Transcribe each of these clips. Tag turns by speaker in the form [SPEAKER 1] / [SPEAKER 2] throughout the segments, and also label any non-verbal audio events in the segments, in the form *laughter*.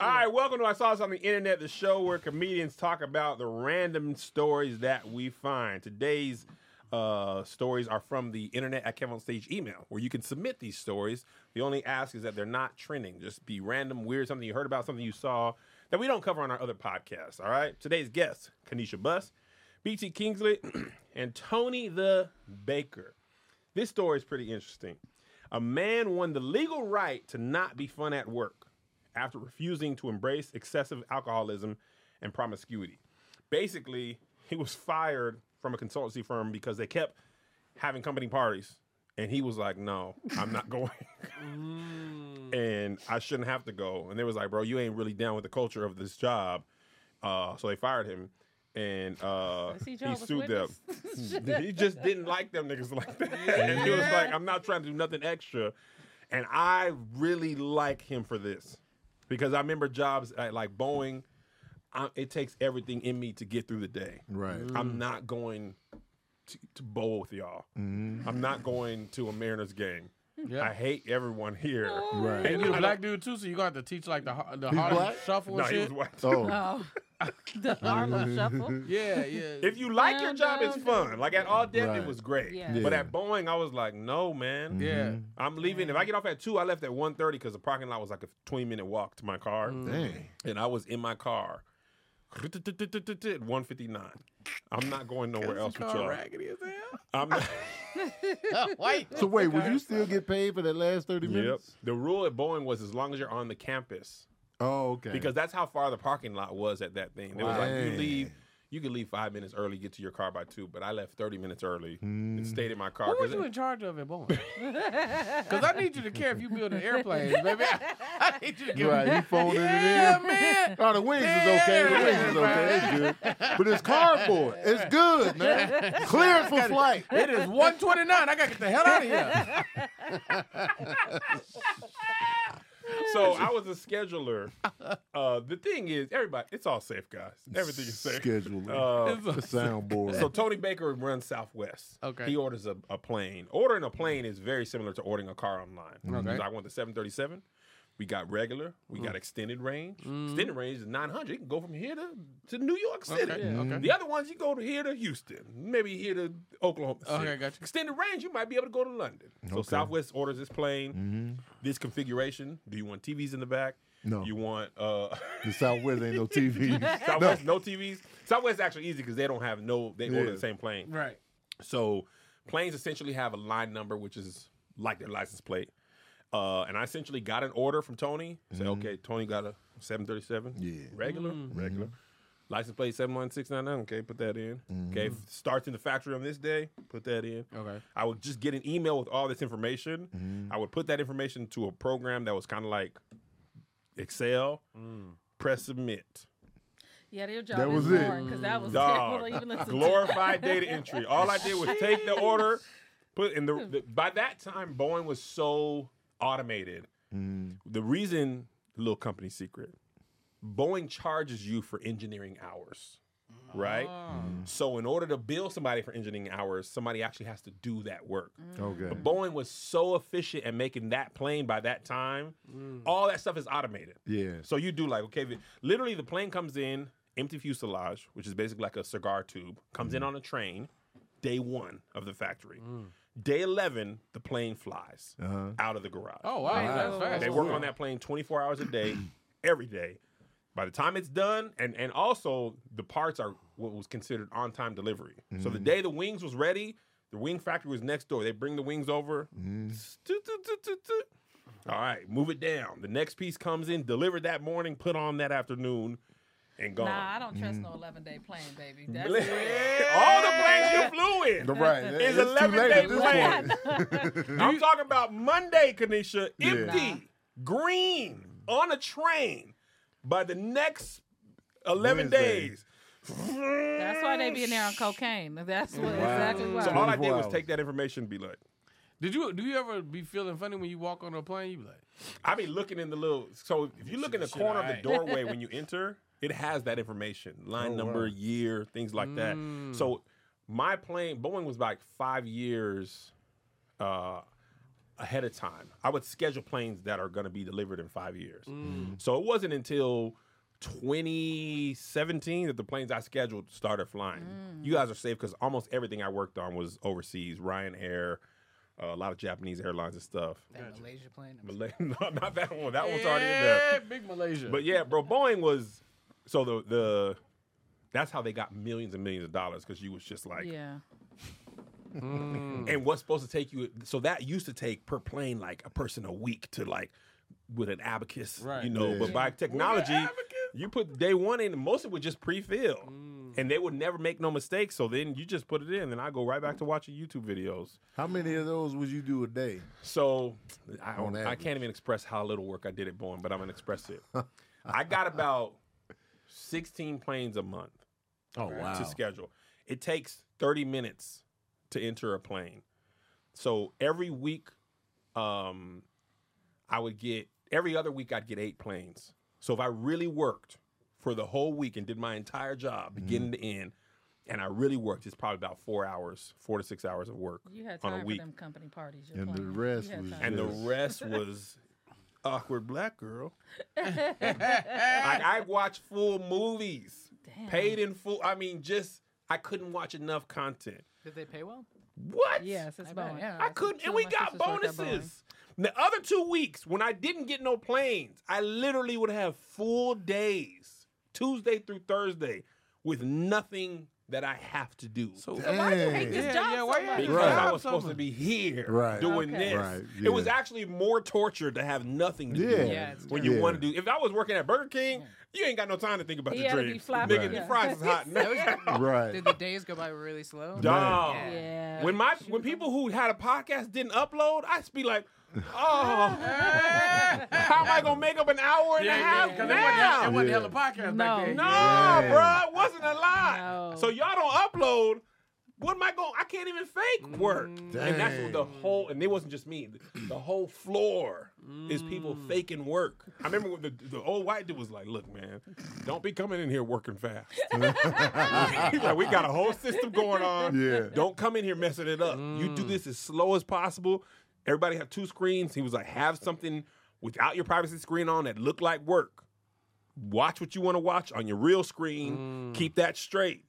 [SPEAKER 1] All right, welcome to I Saw This on the Internet, the show where comedians talk about the random stories that we find. Today's uh, stories are from the Internet at Kevin on Stage email, where you can submit these stories. The only ask is that they're not trending. Just be random, weird, something you heard about, something you saw that we don't cover on our other podcasts. All right, today's guests, Kanisha Buss, BT Kingsley, *clears throat* and Tony the Baker. This story is pretty interesting. A man won the legal right to not be fun at work after refusing to embrace excessive alcoholism and promiscuity. Basically, he was fired from a consultancy firm because they kept having company parties. And he was like, no, I'm not *laughs* going. and I shouldn't have to go. And they was like, bro, you ain't really down with the culture of this job. Uh, so they fired him. And uh,
[SPEAKER 2] he
[SPEAKER 1] he
[SPEAKER 2] Jehovah's
[SPEAKER 1] sued them. *laughs*
[SPEAKER 2] Witness?
[SPEAKER 1] he just didn't like them niggas like that. and he was like, I'm not trying to do nothing extra. And I really like him for this because I remember jobs at like Boeing. I, it takes everything in me to get through the day.
[SPEAKER 3] Right.
[SPEAKER 1] I'm not going to, to bowl with y'all.
[SPEAKER 3] Mm-hmm.
[SPEAKER 1] I'm not going to a Mariners game. I hate everyone here.
[SPEAKER 3] Right.
[SPEAKER 4] And you a black dude too, so you gonna have to teach like the har- the Harlem
[SPEAKER 3] black?
[SPEAKER 4] shuffle and
[SPEAKER 1] No, he was
[SPEAKER 4] shit.
[SPEAKER 1] white.
[SPEAKER 3] *laughs* Oh, *laughs*
[SPEAKER 2] Oh, *laughs* the Harlem Shuffle.
[SPEAKER 4] Yeah, yeah.
[SPEAKER 1] *laughs* If you like your
[SPEAKER 2] Down,
[SPEAKER 1] job, it's
[SPEAKER 2] down,
[SPEAKER 1] fun. Like at All Death, it
[SPEAKER 3] Right.
[SPEAKER 1] was great.
[SPEAKER 2] Yeah.
[SPEAKER 1] But
[SPEAKER 3] Yeah.
[SPEAKER 1] at Boeing, I was like, no, man.
[SPEAKER 4] yeah.
[SPEAKER 1] I'm leaving. If I get off at two, I left at 1.30 because the parking lot was like a 20 minute walk to my car.
[SPEAKER 3] dang.
[SPEAKER 1] and I was in my car. 159. I'm not going nowhere else with y'all.
[SPEAKER 4] raggedy as *laughs* hell.
[SPEAKER 1] I'm not,
[SPEAKER 4] *laughs* White.
[SPEAKER 3] So wait, would you still get paid for that last thirty
[SPEAKER 1] yep.
[SPEAKER 3] minutes?
[SPEAKER 1] The rule at Boeing was as long as you're on the campus,
[SPEAKER 3] Oh, okay. *laughs*
[SPEAKER 1] because that's how far the parking lot was at that thing. It was like you
[SPEAKER 3] Wow.
[SPEAKER 1] leave, you could leave five minutes early, get to your car by two, but I left 30 minutes early and stayed in my car.
[SPEAKER 4] Mm. What was
[SPEAKER 1] 'cause
[SPEAKER 4] you
[SPEAKER 1] it-
[SPEAKER 4] in charge of at *laughs* Boeing? Because I need you to care if you build an airplane, *laughs* baby. I, I need you to give
[SPEAKER 3] right,
[SPEAKER 4] me.
[SPEAKER 3] he phoned
[SPEAKER 4] Yeah,
[SPEAKER 3] it in.
[SPEAKER 4] *laughs* man.
[SPEAKER 3] Oh, the wings is okay. The wings is okay. It's good. But it's cardboard. It's *laughs* good, man. Cleared for flight.
[SPEAKER 4] It is 129. I gotta get the hell out of *laughs* here.
[SPEAKER 1] So I was a
[SPEAKER 4] *laughs*
[SPEAKER 1] scheduler. Uh, the thing is, everybody, it's all safe, guys. Everything is safe.
[SPEAKER 3] Scheduled.
[SPEAKER 1] Uh,
[SPEAKER 3] the soundboard.
[SPEAKER 1] So Tony Baker runs Southwest.
[SPEAKER 4] Okay.
[SPEAKER 1] He orders a, a plane. Ordering a plane is very similar to ordering a car online.
[SPEAKER 4] Mm-hmm. Okay. Mm.
[SPEAKER 1] So I want the 737. We got regular. We got extended range. Extended range is 900. You can go from here to, to New York City.
[SPEAKER 4] yeah, Mm. okay.
[SPEAKER 1] The other ones, you go to here to Houston. Maybe here to Oklahoma City.
[SPEAKER 4] Okay, gotcha.
[SPEAKER 1] Extended range, you might be able to go to London. So Southwest orders this plane.
[SPEAKER 4] Mm.
[SPEAKER 3] Mm-hmm.
[SPEAKER 1] This configuration. Do you want TVs in the back?
[SPEAKER 3] No.
[SPEAKER 1] You want... uh *laughs*
[SPEAKER 3] the Southwest ain't *laughs* no TV.
[SPEAKER 1] Southwest, no. TVs. Southwest is actually easy because they don't have no. They order
[SPEAKER 3] Yeah.
[SPEAKER 1] the same plane,
[SPEAKER 4] Right.
[SPEAKER 1] so planes essentially have a line number, which is like their license plate. Uh, and I essentially got an order from Tony. Say, okay, Tony got a 737.
[SPEAKER 3] Yeah.
[SPEAKER 1] Regular. Regular. License plate 71699. Okay, put that in. Okay, if it starts in the factory on this day, put that in.
[SPEAKER 4] Okay.
[SPEAKER 1] I would just get an email with all this information. I would put that information to a program that was kind of like Excel. Press submit.
[SPEAKER 2] Yeah, their job
[SPEAKER 3] That was
[SPEAKER 2] is
[SPEAKER 3] it.
[SPEAKER 2] because that was *laughs* terrible.
[SPEAKER 1] Dog,
[SPEAKER 2] to Even listen
[SPEAKER 1] *laughs*
[SPEAKER 2] to.
[SPEAKER 1] glorified data entry. All I did was take the order, put in the, the. By that time, Boeing was so automated. The reason, little company secret, Boeing charges you for engineering hours, right?
[SPEAKER 4] Ah.
[SPEAKER 1] So in order to bill somebody for engineering hours, somebody actually has to do that work.
[SPEAKER 3] Mm. Okay.
[SPEAKER 1] But Boeing was so efficient at making that plane by that time, all that stuff is automated.
[SPEAKER 3] Yeah.
[SPEAKER 1] So you do like okay, the- literally the plane comes in empty fuselage, which is basically like a cigar tube, comes in on a train, day one of the factory. Day eleven, the plane flies out of the garage.
[SPEAKER 4] Oh wow, that's fast.
[SPEAKER 1] They work on that plane 24 hours a day, *clears throat* every day. By the time it's done, and and also the parts are what was considered on time delivery. So
[SPEAKER 2] Mm.
[SPEAKER 1] the day the wings was ready, the wing factory was next door. They bring the wings over.
[SPEAKER 2] Mm.
[SPEAKER 1] Toot, toot, toot, toot, toot. All right, move it down. The next piece comes in, delivered that morning, put on that afternoon, and gone. *laughs*
[SPEAKER 2] Nah, I don't
[SPEAKER 1] Mm.
[SPEAKER 2] trust no 11 day plane, baby. That's
[SPEAKER 1] All the
[SPEAKER 2] it.
[SPEAKER 1] planes you flew in.
[SPEAKER 3] Right.
[SPEAKER 1] It's
[SPEAKER 3] too
[SPEAKER 1] 11
[SPEAKER 3] late
[SPEAKER 1] day
[SPEAKER 3] at this
[SPEAKER 1] plan.
[SPEAKER 3] point.
[SPEAKER 1] I'm talking about Monday, Kanisha,
[SPEAKER 3] Yeah. Mm.
[SPEAKER 1] empty, green, on a train by the next 11
[SPEAKER 3] Wednesday.
[SPEAKER 1] days.
[SPEAKER 2] That's why they be in there on cocaine. That's what exactly why.
[SPEAKER 1] So all I did
[SPEAKER 3] 24
[SPEAKER 1] was
[SPEAKER 3] hours.
[SPEAKER 1] take that information and be like,
[SPEAKER 4] Did you do you ever be feeling funny when you walk on a plane? You be like,
[SPEAKER 1] I be looking in the little, so if you look in the
[SPEAKER 4] Shit,
[SPEAKER 1] corner of the
[SPEAKER 4] alright.
[SPEAKER 1] doorway when you enter, it has that information, line number, year, things like that. So my plane, Boeing was like five years, uh, ahead of time. I would schedule planes that are going to be delivered in five years. So it wasn't until 2017 that the planes I scheduled started flying. You guys are safe because almost everything I worked on was overseas. Ryanair, uh, a lot of Japanese airlines and stuff.
[SPEAKER 5] That Malaysia plane. I'm
[SPEAKER 1] Malay- *laughs* no, not that one. That one's
[SPEAKER 4] yeah,
[SPEAKER 1] already in there.
[SPEAKER 4] Big Malaysia.
[SPEAKER 1] But yeah, bro, Boeing was so the the that's how they got millions and millions of dollars because you was just like
[SPEAKER 2] yeah.
[SPEAKER 1] and what's supposed to take you so that used to take per plane like a person a week to like with an abacus
[SPEAKER 4] Right.
[SPEAKER 1] you know
[SPEAKER 3] Yeah.
[SPEAKER 1] but by technology
[SPEAKER 4] abacus?
[SPEAKER 1] you put day one in and most of it was just pre-fill and they would never make no mistakes so then you just put it in and i go right back to watching youtube videos
[SPEAKER 3] How many of those would you do a day?
[SPEAKER 1] so I,
[SPEAKER 3] On
[SPEAKER 1] I
[SPEAKER 3] average.
[SPEAKER 1] can't even express how little work I did at Boeing, but I'm gonna express it. I got about 16 planes a month
[SPEAKER 3] Oh
[SPEAKER 1] to schedule. It takes 30 minutes to enter a plane. So every week, um, I would get every other week I'd get eight planes. So if I really worked for the whole week and did my entire job,
[SPEAKER 3] Mm-hmm.
[SPEAKER 1] beginning to end, and I really worked, it's probably about four hours, four to six hours of work
[SPEAKER 2] You had
[SPEAKER 1] on
[SPEAKER 2] time
[SPEAKER 1] a
[SPEAKER 2] for
[SPEAKER 1] week
[SPEAKER 2] them company parties. you're
[SPEAKER 3] And the
[SPEAKER 2] playing. You
[SPEAKER 3] rest
[SPEAKER 2] had
[SPEAKER 3] was
[SPEAKER 2] time.
[SPEAKER 1] and the
[SPEAKER 3] Yes.
[SPEAKER 1] rest was awkward black girl.
[SPEAKER 2] *laughs*
[SPEAKER 1] like I watched full movies,
[SPEAKER 2] Damn.
[SPEAKER 1] paid in full. I mean, just I couldn't watch enough content.
[SPEAKER 5] Did they pay well?
[SPEAKER 1] What?
[SPEAKER 2] Yes, it's
[SPEAKER 5] I bet,
[SPEAKER 2] Boeing.
[SPEAKER 5] yeah.
[SPEAKER 1] I couldn't,
[SPEAKER 2] Some
[SPEAKER 1] and we
[SPEAKER 2] of my
[SPEAKER 1] got
[SPEAKER 2] sisters worked at Boeing.
[SPEAKER 1] bonuses. The other two weeks when I didn't get no planes, I literally would have full days, Tuesday through Thursday, with nothing that I have to do. So
[SPEAKER 2] Why do you hate
[SPEAKER 4] Yeah,
[SPEAKER 2] this job
[SPEAKER 4] yeah,
[SPEAKER 2] so
[SPEAKER 4] why you-
[SPEAKER 2] much?
[SPEAKER 1] because
[SPEAKER 3] Right.
[SPEAKER 1] I was supposed to be here
[SPEAKER 3] Right.
[SPEAKER 1] doing
[SPEAKER 2] Okay.
[SPEAKER 1] this.
[SPEAKER 3] Right, yeah.
[SPEAKER 1] It was actually more torture to have nothing to
[SPEAKER 3] Yeah.
[SPEAKER 1] do
[SPEAKER 5] Yeah, it's
[SPEAKER 1] when you
[SPEAKER 3] Yeah.
[SPEAKER 1] want to do. If I was working at Burger King, you ain't got no time to think about
[SPEAKER 2] He
[SPEAKER 1] your
[SPEAKER 2] had to be
[SPEAKER 1] dreams.
[SPEAKER 2] floppy.
[SPEAKER 1] Nigga, the
[SPEAKER 2] Yeah.
[SPEAKER 1] fries is hot. now.
[SPEAKER 3] Right.
[SPEAKER 5] Did the days go by really slow?
[SPEAKER 1] Dog.
[SPEAKER 5] Yeah.
[SPEAKER 2] Yeah.
[SPEAKER 1] When my when people who had a podcast didn't upload, I'd be
[SPEAKER 3] *laughs*
[SPEAKER 1] like, oh, how am I gonna make up an hour and a
[SPEAKER 4] yeah,
[SPEAKER 1] half
[SPEAKER 4] because
[SPEAKER 1] now?
[SPEAKER 4] it wasn't,
[SPEAKER 3] Yeah.
[SPEAKER 4] hell of a podcast
[SPEAKER 2] No.
[SPEAKER 4] back then.
[SPEAKER 1] no,
[SPEAKER 3] Yeah.
[SPEAKER 1] bro, it wasn't a lot.
[SPEAKER 2] No.
[SPEAKER 1] So y'all don't upload. What am I going? I can't even fake work, and that's what the
[SPEAKER 3] Mm, Dang.
[SPEAKER 1] whole. And it wasn't just me. The whole floor is people faking work. I remember when the, the old white dude was like, "Look, man, don't be coming in here working fast. *laughs* He's like, we got a whole system going on.
[SPEAKER 3] Yeah.
[SPEAKER 1] Don't come in here messing it up. You do this as slow as possible. Everybody have two screens. He was like, have something without your privacy screen on that look like work. Watch what you want to watch on your real screen. Keep that straight.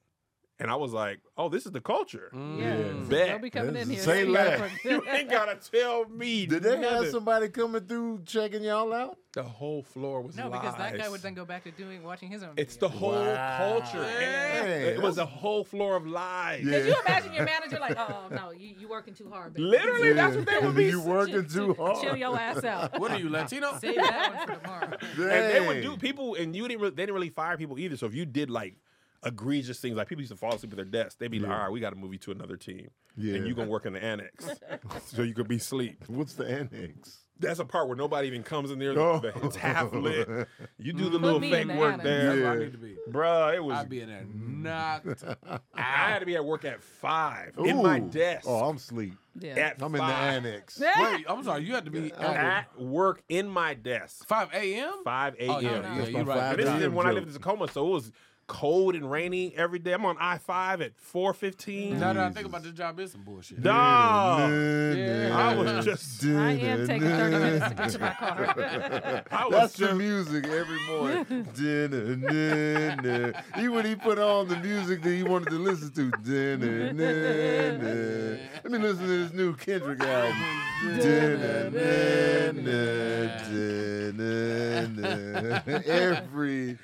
[SPEAKER 1] And I was like, oh, this is the culture.
[SPEAKER 2] Yeah.
[SPEAKER 1] Bet.
[SPEAKER 2] Don't be coming in here. *laughs*
[SPEAKER 3] Say
[SPEAKER 2] You gotta
[SPEAKER 3] less.
[SPEAKER 1] *laughs* You
[SPEAKER 2] put-
[SPEAKER 1] ain't gotta tell me. *laughs*
[SPEAKER 3] Did they have
[SPEAKER 1] nothing.
[SPEAKER 3] somebody coming through checking y'all out?
[SPEAKER 1] The whole floor was
[SPEAKER 5] No, because that guy
[SPEAKER 1] lies.
[SPEAKER 5] would then go back to doing watching his own.
[SPEAKER 1] It's the
[SPEAKER 5] video.
[SPEAKER 1] whole
[SPEAKER 3] Wow.
[SPEAKER 1] culture. man.
[SPEAKER 3] Hey,
[SPEAKER 1] it was a whole floor of lies.
[SPEAKER 3] Yeah.
[SPEAKER 2] Could you imagine your manager like, oh no, you you working too hard. baby.
[SPEAKER 1] Literally, that's what they
[SPEAKER 3] *laughs*
[SPEAKER 1] would be.
[SPEAKER 3] You working
[SPEAKER 2] Chill
[SPEAKER 3] too hard.
[SPEAKER 2] your ass out.
[SPEAKER 4] What are you, Latino?
[SPEAKER 5] Save that one for tomorrow.
[SPEAKER 1] And they would
[SPEAKER 3] Dang.
[SPEAKER 1] do people, and you didn't. Really, they didn't really fire people either. So if you did like egregious things, like people used to fall asleep at their desk, they'd be like,
[SPEAKER 3] Yeah.
[SPEAKER 1] "All right, we got to move you to another team,
[SPEAKER 3] Yeah.
[SPEAKER 1] and you gonna work in the annex, *laughs* so you could be sleep."
[SPEAKER 3] What's the annex?
[SPEAKER 1] That's a part where nobody even comes in there.
[SPEAKER 3] Oh.
[SPEAKER 1] It's
[SPEAKER 3] *laughs*
[SPEAKER 1] half lit. You do the little
[SPEAKER 2] me in
[SPEAKER 1] fake
[SPEAKER 2] the
[SPEAKER 1] work
[SPEAKER 2] annex.
[SPEAKER 1] there,
[SPEAKER 4] That's where I
[SPEAKER 3] Yeah.
[SPEAKER 4] need to be.
[SPEAKER 1] bruh. It was.
[SPEAKER 4] I'd be in there
[SPEAKER 3] *laughs*
[SPEAKER 4] knocked.
[SPEAKER 1] I had to be at work at five in my
[SPEAKER 3] Ooh.
[SPEAKER 1] desk.
[SPEAKER 3] Oh, I'm asleep.
[SPEAKER 2] Yeah.
[SPEAKER 1] at
[SPEAKER 3] I'm in the
[SPEAKER 1] five.
[SPEAKER 3] annex.
[SPEAKER 4] Wait, I'm sorry. You had to be at
[SPEAKER 1] at work in my desk,
[SPEAKER 4] 5 a.m.
[SPEAKER 1] 5 a.m.
[SPEAKER 4] Oh, yeah, yeah,
[SPEAKER 3] That's
[SPEAKER 4] you
[SPEAKER 3] my
[SPEAKER 4] right.
[SPEAKER 3] five
[SPEAKER 1] And this is
[SPEAKER 3] a.m.
[SPEAKER 1] when I
[SPEAKER 3] joke.
[SPEAKER 1] lived in Tacoma, so it was cold and rainy every day. I'm on I five at four fifteen.
[SPEAKER 4] Now that I think about this job, it's some bullshit.
[SPEAKER 1] Dog,
[SPEAKER 4] Yeah.
[SPEAKER 1] I was just
[SPEAKER 2] I am taking 30 minutes to get to my car.
[SPEAKER 1] I was
[SPEAKER 3] That's the
[SPEAKER 1] just
[SPEAKER 3] music every morning.
[SPEAKER 1] *laughs*
[SPEAKER 3] Dinner, dinner. Even when he put on the music that he wanted to listen to. Dinner, dinner. Let me listen to this new Kendrick album. Dinner, dinner,
[SPEAKER 1] *laughs*
[SPEAKER 3] dinner. Every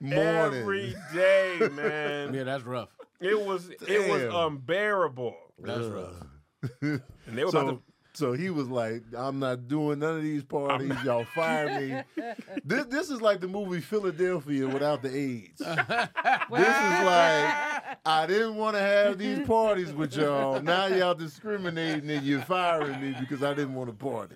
[SPEAKER 3] morning.
[SPEAKER 1] every day,
[SPEAKER 3] *laughs*
[SPEAKER 1] man.
[SPEAKER 4] Yeah, that's rough.
[SPEAKER 1] It was it was
[SPEAKER 3] Damn.
[SPEAKER 1] unbearable.
[SPEAKER 4] That's rough.
[SPEAKER 1] And they were about
[SPEAKER 3] So,
[SPEAKER 1] to
[SPEAKER 3] so he was like, "I'm not doing none of these parties. Y'all fire
[SPEAKER 1] *laughs*
[SPEAKER 3] me." this, this is like the movie Philadelphia without the
[SPEAKER 1] *laughs*
[SPEAKER 3] AIDS. this is like, I didn't want to have
[SPEAKER 1] *laughs*
[SPEAKER 3] these parties with y'all. Now y'all discriminating and you're firing me because I didn't want to party.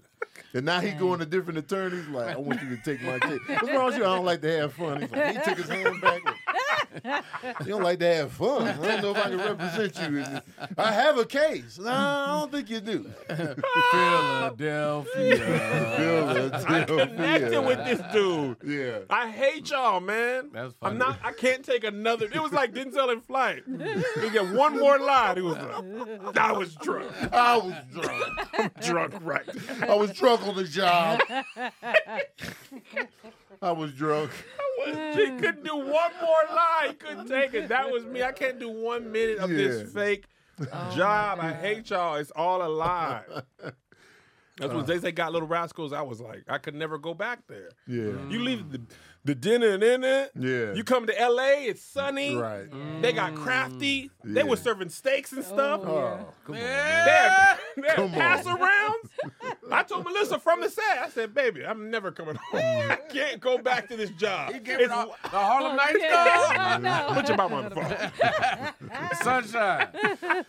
[SPEAKER 3] And now he going to different attorneys. Like, I want you to take my kid. What's wrong with you? I don't like to have fun. He's like, he took his hand back. You don't like to have fun. I don't know if I can represent you. in this. I have a case. No, I don't think you do.
[SPEAKER 4] Philadelphia.
[SPEAKER 1] I'm
[SPEAKER 3] *laughs* Yeah.
[SPEAKER 1] connecting Uh, with this dude.
[SPEAKER 3] Yeah.
[SPEAKER 1] I hate y'all, man.
[SPEAKER 4] That's funny.
[SPEAKER 1] I'm not. I can't take another. It was like Denzel in flight.
[SPEAKER 3] *laughs*
[SPEAKER 1] You get one more line. He was like, "I was drunk.
[SPEAKER 3] I was drunk.
[SPEAKER 1] Drunk, right? I
[SPEAKER 3] I was drunk on the job. I was drunk.
[SPEAKER 1] was- He couldn't do one more line. He couldn't take it. That was me. I can't do one minute of this
[SPEAKER 3] Yeah.
[SPEAKER 1] fake job. I hate y'all. It's all a lie." That's
[SPEAKER 3] Uh.
[SPEAKER 1] when they say got little rascals. I was like, I could never go back there.
[SPEAKER 3] Yeah.
[SPEAKER 1] You leave the, the dinner and in it.
[SPEAKER 3] Mm. Yeah.
[SPEAKER 1] You come to L.A. It's sunny.
[SPEAKER 3] Right.
[SPEAKER 1] They got crafty. They were
[SPEAKER 3] Yeah.
[SPEAKER 1] serving steaks and stuff.
[SPEAKER 3] Oh, come on.
[SPEAKER 1] They
[SPEAKER 3] *laughs*
[SPEAKER 1] had, they had
[SPEAKER 3] Come on.
[SPEAKER 1] pass
[SPEAKER 3] *laughs*
[SPEAKER 1] arounds. I told Melissa from the set, I said, baby, I'm never coming home. *laughs* I can't go back to this job.
[SPEAKER 4] He gave it
[SPEAKER 1] It's,
[SPEAKER 4] all, the Harlem Nights
[SPEAKER 2] *laughs* Yeah.
[SPEAKER 1] put your mouth on the phone.
[SPEAKER 4] though.
[SPEAKER 1] *laughs*
[SPEAKER 4] Sunshine.